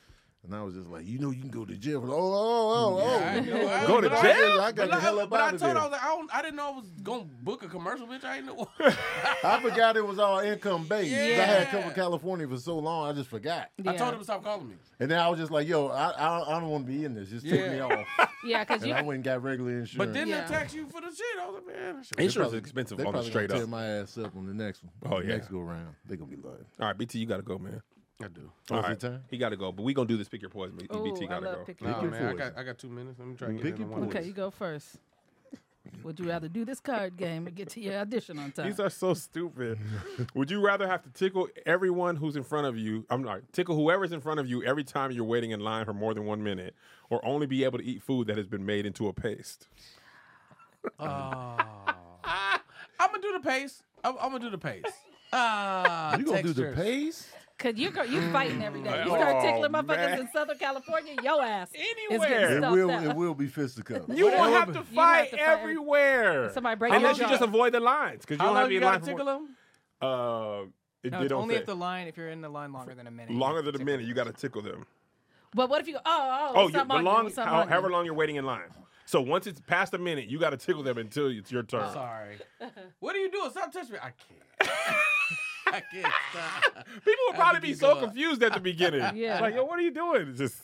[SPEAKER 3] And I was just like, you know, you can go to jail. For, oh, oh, oh, oh.
[SPEAKER 4] I know, I-
[SPEAKER 1] Go to
[SPEAKER 4] but I-
[SPEAKER 1] jail?
[SPEAKER 3] I got
[SPEAKER 4] but
[SPEAKER 3] the hell up
[SPEAKER 4] But I
[SPEAKER 3] out of
[SPEAKER 4] told
[SPEAKER 3] there.
[SPEAKER 4] her, I was like, I, don't, I didn't know I was gonna book a commercial, bitch. I ain't know.
[SPEAKER 3] I forgot it was all income based. 'Cause I had
[SPEAKER 4] Yeah.
[SPEAKER 3] Cover California for so long, I just forgot.
[SPEAKER 4] I told him to stop calling me.
[SPEAKER 3] And then I was just like, yo, I I, I don't want to be in this. Just take
[SPEAKER 4] Yeah.
[SPEAKER 3] me off.
[SPEAKER 2] Yeah, because
[SPEAKER 3] And I
[SPEAKER 2] you.
[SPEAKER 3] went and got regular insurance.
[SPEAKER 4] But then
[SPEAKER 2] Yeah.
[SPEAKER 4] they tax you for the shit. I was like, man, that shit was-
[SPEAKER 3] They
[SPEAKER 1] Insurance
[SPEAKER 3] probably-
[SPEAKER 1] is expensive
[SPEAKER 3] they
[SPEAKER 1] on the
[SPEAKER 3] probably
[SPEAKER 1] straight
[SPEAKER 3] gonna
[SPEAKER 1] up.
[SPEAKER 3] tear my ass up on the next one.
[SPEAKER 1] Oh,
[SPEAKER 3] The
[SPEAKER 1] yeah.
[SPEAKER 3] next go round, they gonna be lying.
[SPEAKER 1] All right, BT, you got to go, man.
[SPEAKER 4] I do.
[SPEAKER 3] Oh,
[SPEAKER 1] All
[SPEAKER 3] is it
[SPEAKER 1] right,
[SPEAKER 3] time?
[SPEAKER 1] he got to go, but we gonna do this. Pick your poison. but
[SPEAKER 2] Oh,
[SPEAKER 1] BT
[SPEAKER 2] I
[SPEAKER 1] got to
[SPEAKER 2] love
[SPEAKER 1] go.
[SPEAKER 2] picking.
[SPEAKER 4] Nah,
[SPEAKER 3] your
[SPEAKER 4] man, I
[SPEAKER 3] poison.
[SPEAKER 4] got, I got two minutes. Let me try to
[SPEAKER 3] Pick
[SPEAKER 4] get it
[SPEAKER 3] your
[SPEAKER 4] in one.
[SPEAKER 2] Okay, you go first. Would you rather do this card game or get to your audition
[SPEAKER 3] *laughs*
[SPEAKER 2] on time?
[SPEAKER 1] These are so stupid. *laughs* Would you rather have to tickle everyone who's in front of you? I'm sorry, tickle whoever's in front of you every time you're waiting in line for more than one minute, or only be able to eat food that has been made into a paste?
[SPEAKER 4] I'm gonna Uh, do the pace. I'm, I'm gonna do the pace. Ah,
[SPEAKER 3] Uh, you gonna do the
[SPEAKER 4] textures.
[SPEAKER 3] pace?
[SPEAKER 2] Cause you go, you fighting every day. You
[SPEAKER 1] Oh,
[SPEAKER 2] start tickling motherfuckers
[SPEAKER 1] man.
[SPEAKER 2] in Southern California, your ass. is getting
[SPEAKER 1] Anywhere.
[SPEAKER 3] It
[SPEAKER 2] stuffed
[SPEAKER 3] will
[SPEAKER 2] out.
[SPEAKER 3] it will be fisticuffs.
[SPEAKER 1] You
[SPEAKER 4] Whatever.
[SPEAKER 1] will have to
[SPEAKER 4] You
[SPEAKER 1] fight
[SPEAKER 2] have to fight every-
[SPEAKER 1] everywhere.
[SPEAKER 2] Somebody break
[SPEAKER 1] Unless
[SPEAKER 2] your
[SPEAKER 1] you just
[SPEAKER 2] jaw.
[SPEAKER 1] avoid the lines because you
[SPEAKER 4] How
[SPEAKER 1] don't have
[SPEAKER 4] long
[SPEAKER 1] to be
[SPEAKER 4] you
[SPEAKER 1] in line
[SPEAKER 4] gotta
[SPEAKER 1] for
[SPEAKER 4] tickle
[SPEAKER 1] more. Uh,
[SPEAKER 4] them?
[SPEAKER 1] it,
[SPEAKER 5] No,
[SPEAKER 1] they
[SPEAKER 5] it's
[SPEAKER 1] don't
[SPEAKER 5] only
[SPEAKER 1] say.
[SPEAKER 5] if the line, if you're in the line longer than a minute. you
[SPEAKER 1] longer
[SPEAKER 5] have to
[SPEAKER 1] than a
[SPEAKER 5] tickle
[SPEAKER 1] minute, you got to tickle them.
[SPEAKER 2] But what if you go? Oh, oh,
[SPEAKER 1] Oh, you, the
[SPEAKER 2] something on you,
[SPEAKER 1] long,
[SPEAKER 2] something
[SPEAKER 1] how,
[SPEAKER 2] on you.
[SPEAKER 1] however long you're waiting in line. So once it's past a minute, you got to tickle them until it's your turn.
[SPEAKER 4] Sorry. What are you doing? Stop touching me. I can't. I can't stop.
[SPEAKER 1] People would probably be
[SPEAKER 4] you
[SPEAKER 1] so
[SPEAKER 4] go.
[SPEAKER 1] confused at the beginning.
[SPEAKER 2] Yeah.
[SPEAKER 1] Like, yo, what are you doing? *laughs* It's Just.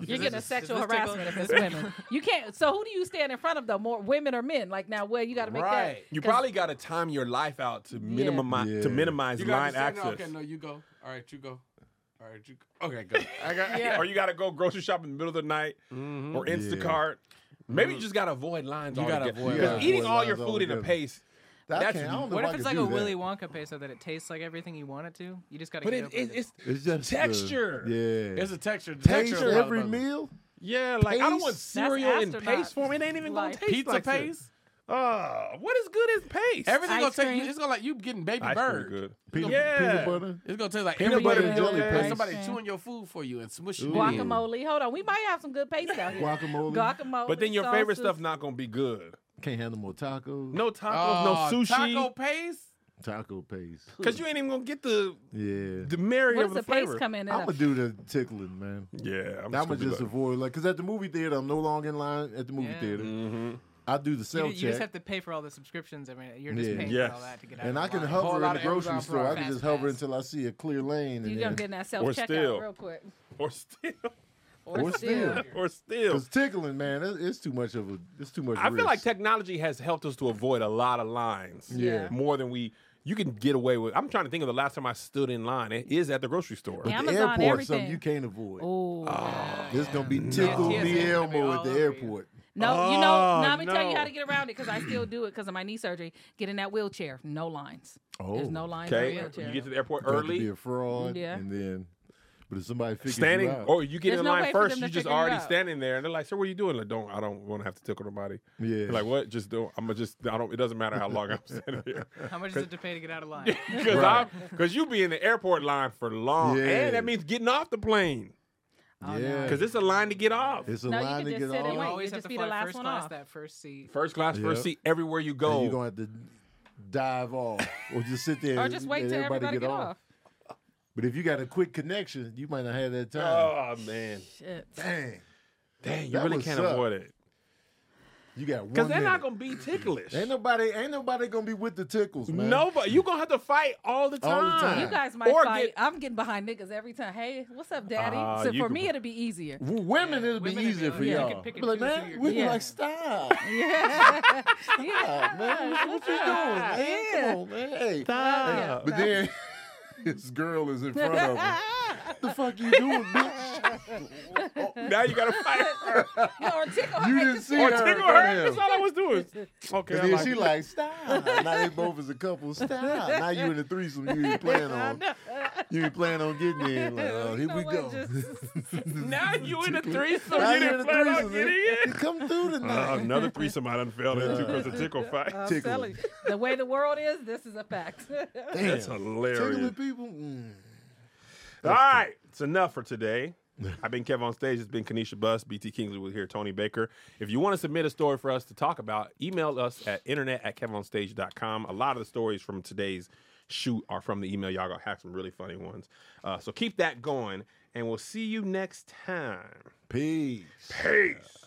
[SPEAKER 2] You're getting a
[SPEAKER 5] Is this- is
[SPEAKER 2] sexual
[SPEAKER 5] this tickle-
[SPEAKER 2] harassment if it's women. You can't. So who do you stand in front of though? More women or men? Like now, well, you got to make
[SPEAKER 4] Right.
[SPEAKER 1] You
[SPEAKER 2] 'Cause-
[SPEAKER 1] probably got to time your life out to minimize
[SPEAKER 3] Yeah.
[SPEAKER 1] to minimize
[SPEAKER 4] You
[SPEAKER 1] line
[SPEAKER 4] got
[SPEAKER 1] access.
[SPEAKER 4] No, okay, *laughs* no, you go. All right, you go. All right, you go. Okay, go. I got. *laughs*
[SPEAKER 2] Yeah.
[SPEAKER 1] Or you got to go grocery shop in the middle of the night or Instacart. Mm-hmm. Maybe you just got to avoid lines.
[SPEAKER 4] You gotta
[SPEAKER 1] altogether.
[SPEAKER 4] avoid
[SPEAKER 1] 'Cause
[SPEAKER 3] lines.
[SPEAKER 1] eating
[SPEAKER 3] Avoid
[SPEAKER 1] all your
[SPEAKER 3] lines
[SPEAKER 1] food in a
[SPEAKER 3] altogether.
[SPEAKER 1] pace.
[SPEAKER 3] I
[SPEAKER 1] That's-
[SPEAKER 3] can't. I don't know
[SPEAKER 5] What
[SPEAKER 3] if, I
[SPEAKER 5] if it's
[SPEAKER 3] could
[SPEAKER 5] like
[SPEAKER 3] do
[SPEAKER 5] a
[SPEAKER 3] that.
[SPEAKER 5] Willy Wonka peso that it tastes like everything you want it to? You just gotta
[SPEAKER 1] But
[SPEAKER 5] get
[SPEAKER 1] it,
[SPEAKER 5] over
[SPEAKER 1] it,
[SPEAKER 5] it.
[SPEAKER 1] it's
[SPEAKER 3] It's just the-
[SPEAKER 1] Texture.
[SPEAKER 3] yeah.
[SPEAKER 4] It's a texture.
[SPEAKER 3] pace
[SPEAKER 4] texture
[SPEAKER 3] every meal.
[SPEAKER 1] yeah, like I don't
[SPEAKER 3] Pace?
[SPEAKER 1] want
[SPEAKER 3] That's
[SPEAKER 1] cereal in
[SPEAKER 2] astronaut
[SPEAKER 1] paste form. It ain't even gonna
[SPEAKER 2] life.
[SPEAKER 1] taste
[SPEAKER 4] Pizza
[SPEAKER 1] like
[SPEAKER 4] paste.
[SPEAKER 1] Uh, what is good as paste?
[SPEAKER 4] Everything
[SPEAKER 7] Ice
[SPEAKER 4] gonna take you.
[SPEAKER 7] cream.
[SPEAKER 4] It's gonna like you getting baby
[SPEAKER 1] Ice cream
[SPEAKER 4] bird.
[SPEAKER 1] good.
[SPEAKER 3] Peanut,
[SPEAKER 1] yeah.
[SPEAKER 3] peanut butter.
[SPEAKER 4] It's gonna taste like
[SPEAKER 3] Peanut
[SPEAKER 4] every-
[SPEAKER 3] butter and
[SPEAKER 4] every-
[SPEAKER 3] jelly
[SPEAKER 4] like
[SPEAKER 3] paste.
[SPEAKER 4] Somebody
[SPEAKER 7] Ice cream.
[SPEAKER 4] chewing your food for you and smushing
[SPEAKER 3] Ooh.
[SPEAKER 4] it. in.
[SPEAKER 2] Guacamole. Hold on, we might have some good paste out here.
[SPEAKER 3] Guacamole.
[SPEAKER 2] Guacamole.
[SPEAKER 1] But then your favorite stuff
[SPEAKER 2] sauces.
[SPEAKER 1] not gonna be good.
[SPEAKER 3] Can't handle more tacos.
[SPEAKER 1] No tacos,
[SPEAKER 4] Oh,
[SPEAKER 1] no sushi,
[SPEAKER 4] Taco paste.
[SPEAKER 3] Taco paste.
[SPEAKER 1] because you ain't even gonna get the
[SPEAKER 3] Yeah.
[SPEAKER 1] the marry
[SPEAKER 2] What
[SPEAKER 1] of
[SPEAKER 2] does
[SPEAKER 1] the
[SPEAKER 2] the paste
[SPEAKER 1] flavor.
[SPEAKER 2] come in?
[SPEAKER 3] I'm going to do the tickling, man.
[SPEAKER 1] Yeah, I'm
[SPEAKER 3] I'm gonna
[SPEAKER 1] gonna
[SPEAKER 3] just avoid like, cause at the movie theater, I'm no longer in line at the movie
[SPEAKER 5] Yeah.
[SPEAKER 3] theater.
[SPEAKER 1] Mm-hmm.
[SPEAKER 3] I do the
[SPEAKER 5] You,
[SPEAKER 3] cell
[SPEAKER 5] you just
[SPEAKER 3] check,
[SPEAKER 5] have to pay for all the subscriptions. I mean, you're just
[SPEAKER 3] Yeah.
[SPEAKER 5] paying
[SPEAKER 1] Yes.
[SPEAKER 5] for all that to get out.
[SPEAKER 3] and
[SPEAKER 5] of
[SPEAKER 3] I can
[SPEAKER 5] line.
[SPEAKER 4] Whole
[SPEAKER 3] hover in
[SPEAKER 4] lot
[SPEAKER 3] the
[SPEAKER 4] of
[SPEAKER 3] grocery
[SPEAKER 4] Amazon
[SPEAKER 3] store. I can
[SPEAKER 4] Prime.
[SPEAKER 3] just hover until I see a clear
[SPEAKER 2] You're
[SPEAKER 3] lane, and
[SPEAKER 2] gonna
[SPEAKER 3] then
[SPEAKER 2] get in that self
[SPEAKER 1] Or still.
[SPEAKER 2] checkout real quick.
[SPEAKER 1] *laughs* Or still,
[SPEAKER 3] or still,
[SPEAKER 1] or still.
[SPEAKER 2] *laughs*
[SPEAKER 3] *laughs* cause tickling, man, it- it's too much of a, it's too much.
[SPEAKER 1] I feel like
[SPEAKER 3] risk.
[SPEAKER 1] technology has helped us to avoid a lot of lines.
[SPEAKER 3] Yeah.
[SPEAKER 1] more than we. You can get away with. I'm trying to think of the last time I stood in line. It is at the grocery store.
[SPEAKER 2] Yeah.
[SPEAKER 3] At the
[SPEAKER 2] Amazon,
[SPEAKER 3] airport, something
[SPEAKER 2] everything.
[SPEAKER 3] you can't avoid.
[SPEAKER 2] Oh.
[SPEAKER 3] It's gonna be tickle
[SPEAKER 5] Yeah,
[SPEAKER 3] me
[SPEAKER 5] TSA is gonna be
[SPEAKER 3] Elmo
[SPEAKER 5] all
[SPEAKER 3] at the
[SPEAKER 5] over you.
[SPEAKER 3] airport.
[SPEAKER 2] No, you
[SPEAKER 1] Oh,
[SPEAKER 2] know, now I'm gonna tell you
[SPEAKER 1] no.
[SPEAKER 2] how to get around it because I still do it because of my knee surgery. Get in that wheelchair, no lines.
[SPEAKER 3] Oh,
[SPEAKER 2] There's no lines
[SPEAKER 1] Okay,
[SPEAKER 2] in the
[SPEAKER 1] you
[SPEAKER 2] wheelchair.
[SPEAKER 1] get to the airport
[SPEAKER 3] You have to be
[SPEAKER 1] early,
[SPEAKER 3] a fraud,
[SPEAKER 2] Yeah. Oh,
[SPEAKER 3] and then, but if somebody figures
[SPEAKER 1] standing,
[SPEAKER 3] you out,
[SPEAKER 1] or you get
[SPEAKER 2] There's
[SPEAKER 1] in
[SPEAKER 2] no
[SPEAKER 1] line
[SPEAKER 2] way for
[SPEAKER 1] first.
[SPEAKER 2] them to
[SPEAKER 1] You just
[SPEAKER 2] figure it
[SPEAKER 1] already
[SPEAKER 2] out.
[SPEAKER 1] standing there, and they're like, "So what are you doing?" Like, don't I don't want to have to tickle nobody.
[SPEAKER 3] yeah,
[SPEAKER 1] Like what? Just don't. I'm gonna just. I don't. It doesn't matter how long I'm *laughs* standing here.
[SPEAKER 5] How much is it to pay to get out of
[SPEAKER 3] *laughs*
[SPEAKER 5] line?
[SPEAKER 1] Because
[SPEAKER 3] Right.
[SPEAKER 1] I'm because you be in the airport line for long,
[SPEAKER 3] Yeah.
[SPEAKER 1] and that means getting off the plane
[SPEAKER 3] yeah,
[SPEAKER 1] because it's a line to get off.
[SPEAKER 3] it's a
[SPEAKER 2] No, you
[SPEAKER 3] line
[SPEAKER 2] can
[SPEAKER 3] to
[SPEAKER 2] just
[SPEAKER 3] get
[SPEAKER 2] sit and
[SPEAKER 5] you
[SPEAKER 2] wait.
[SPEAKER 3] on.
[SPEAKER 5] always
[SPEAKER 2] you
[SPEAKER 5] have
[SPEAKER 2] just
[SPEAKER 5] to
[SPEAKER 2] be the
[SPEAKER 5] find
[SPEAKER 2] last
[SPEAKER 5] first
[SPEAKER 2] one
[SPEAKER 5] class,
[SPEAKER 2] off.
[SPEAKER 5] that first seat.
[SPEAKER 1] First class, first
[SPEAKER 3] Yep.
[SPEAKER 1] seat, everywhere you
[SPEAKER 3] and
[SPEAKER 1] go.
[SPEAKER 3] You're gonna have to dive off, or just sit there
[SPEAKER 2] Oh. Or
[SPEAKER 3] and
[SPEAKER 2] just wait
[SPEAKER 3] let
[SPEAKER 2] till everybody, get, off.
[SPEAKER 3] But if you got a quick connection, you might not have that time.
[SPEAKER 1] oh man,
[SPEAKER 2] Shit.
[SPEAKER 3] Dang,
[SPEAKER 1] dang, you
[SPEAKER 3] That
[SPEAKER 1] really
[SPEAKER 3] would
[SPEAKER 1] can't
[SPEAKER 3] suck.
[SPEAKER 1] avoid it
[SPEAKER 3] you got one.
[SPEAKER 1] because they're not
[SPEAKER 3] minute.
[SPEAKER 1] gonna be ticklish.
[SPEAKER 3] Ain't nobody, ain't nobody gonna be with the tickles, man.
[SPEAKER 1] Nobody, you gonna have to fight all the
[SPEAKER 3] All
[SPEAKER 1] time.
[SPEAKER 3] the time.
[SPEAKER 2] You guys might
[SPEAKER 1] Or
[SPEAKER 2] fight.
[SPEAKER 1] get-
[SPEAKER 2] I'm getting behind niggas every time. Hey, what's up, daddy?
[SPEAKER 1] Ah,
[SPEAKER 2] so
[SPEAKER 1] you
[SPEAKER 2] for
[SPEAKER 1] can-
[SPEAKER 2] me, it'll be
[SPEAKER 1] *laughs*
[SPEAKER 2] easier.
[SPEAKER 3] W- women, it'll
[SPEAKER 5] Women,
[SPEAKER 3] be
[SPEAKER 5] it'd
[SPEAKER 3] easier
[SPEAKER 5] be-
[SPEAKER 3] for
[SPEAKER 5] yeah, you
[SPEAKER 3] y'all.
[SPEAKER 5] could pick
[SPEAKER 3] Be
[SPEAKER 5] and
[SPEAKER 3] like,
[SPEAKER 5] choose who
[SPEAKER 3] man,
[SPEAKER 5] you're-
[SPEAKER 3] women
[SPEAKER 2] Yeah.
[SPEAKER 3] like stop. Stop, man. What, what you doing, man? Come on, man. Hey.
[SPEAKER 1] Stop.
[SPEAKER 3] But then *laughs* his girl is in front of him. the fuck you doing, bitch?
[SPEAKER 1] now you gotta
[SPEAKER 2] *laughs*
[SPEAKER 1] fight her
[SPEAKER 2] Yeah, or tickle
[SPEAKER 3] You
[SPEAKER 2] her.
[SPEAKER 3] didn't see
[SPEAKER 1] or
[SPEAKER 3] her. in
[SPEAKER 1] tickle
[SPEAKER 3] front
[SPEAKER 1] her.
[SPEAKER 3] of
[SPEAKER 1] That's
[SPEAKER 3] him.
[SPEAKER 1] all I was doing. Okay, I
[SPEAKER 3] And then
[SPEAKER 1] like
[SPEAKER 3] she
[SPEAKER 1] it.
[SPEAKER 3] like, stop. Now they both as a couple. Stop. Now you in a threesome you ain't plan on. You ain't plan on getting in. Like, oh, here
[SPEAKER 2] know
[SPEAKER 3] we
[SPEAKER 2] what?
[SPEAKER 3] go.
[SPEAKER 1] *laughs*
[SPEAKER 3] *laughs*
[SPEAKER 1] now you in a threesome.
[SPEAKER 3] Now
[SPEAKER 1] you
[SPEAKER 3] you in a
[SPEAKER 1] didn't plan on
[SPEAKER 3] threesome.
[SPEAKER 1] getting
[SPEAKER 3] *laughs*
[SPEAKER 1] in.
[SPEAKER 3] *laughs* Come through
[SPEAKER 1] Uh,
[SPEAKER 3] tonight.
[SPEAKER 1] another threesome I done fell into because of
[SPEAKER 2] *laughs*
[SPEAKER 1] tickle fight.
[SPEAKER 2] I'm
[SPEAKER 3] Tickle.
[SPEAKER 2] telling you, the way the world is, this is a fact.
[SPEAKER 1] That's
[SPEAKER 3] Damn. Tickling
[SPEAKER 1] hilarious.
[SPEAKER 3] people? Mm.
[SPEAKER 1] All right, it's enough for today. I've been Kev on stage. It's been Kanisha Bus, BT Kingsley with here, Tony Baker. If you want to submit a story for us to talk about, email us at internet at kevonstage.com. A lot of the stories from today's shoot are from the email. Y'all gonna have some really funny ones. Uh, so keep that going, and we'll see you next time.
[SPEAKER 3] Peace.
[SPEAKER 1] Peace.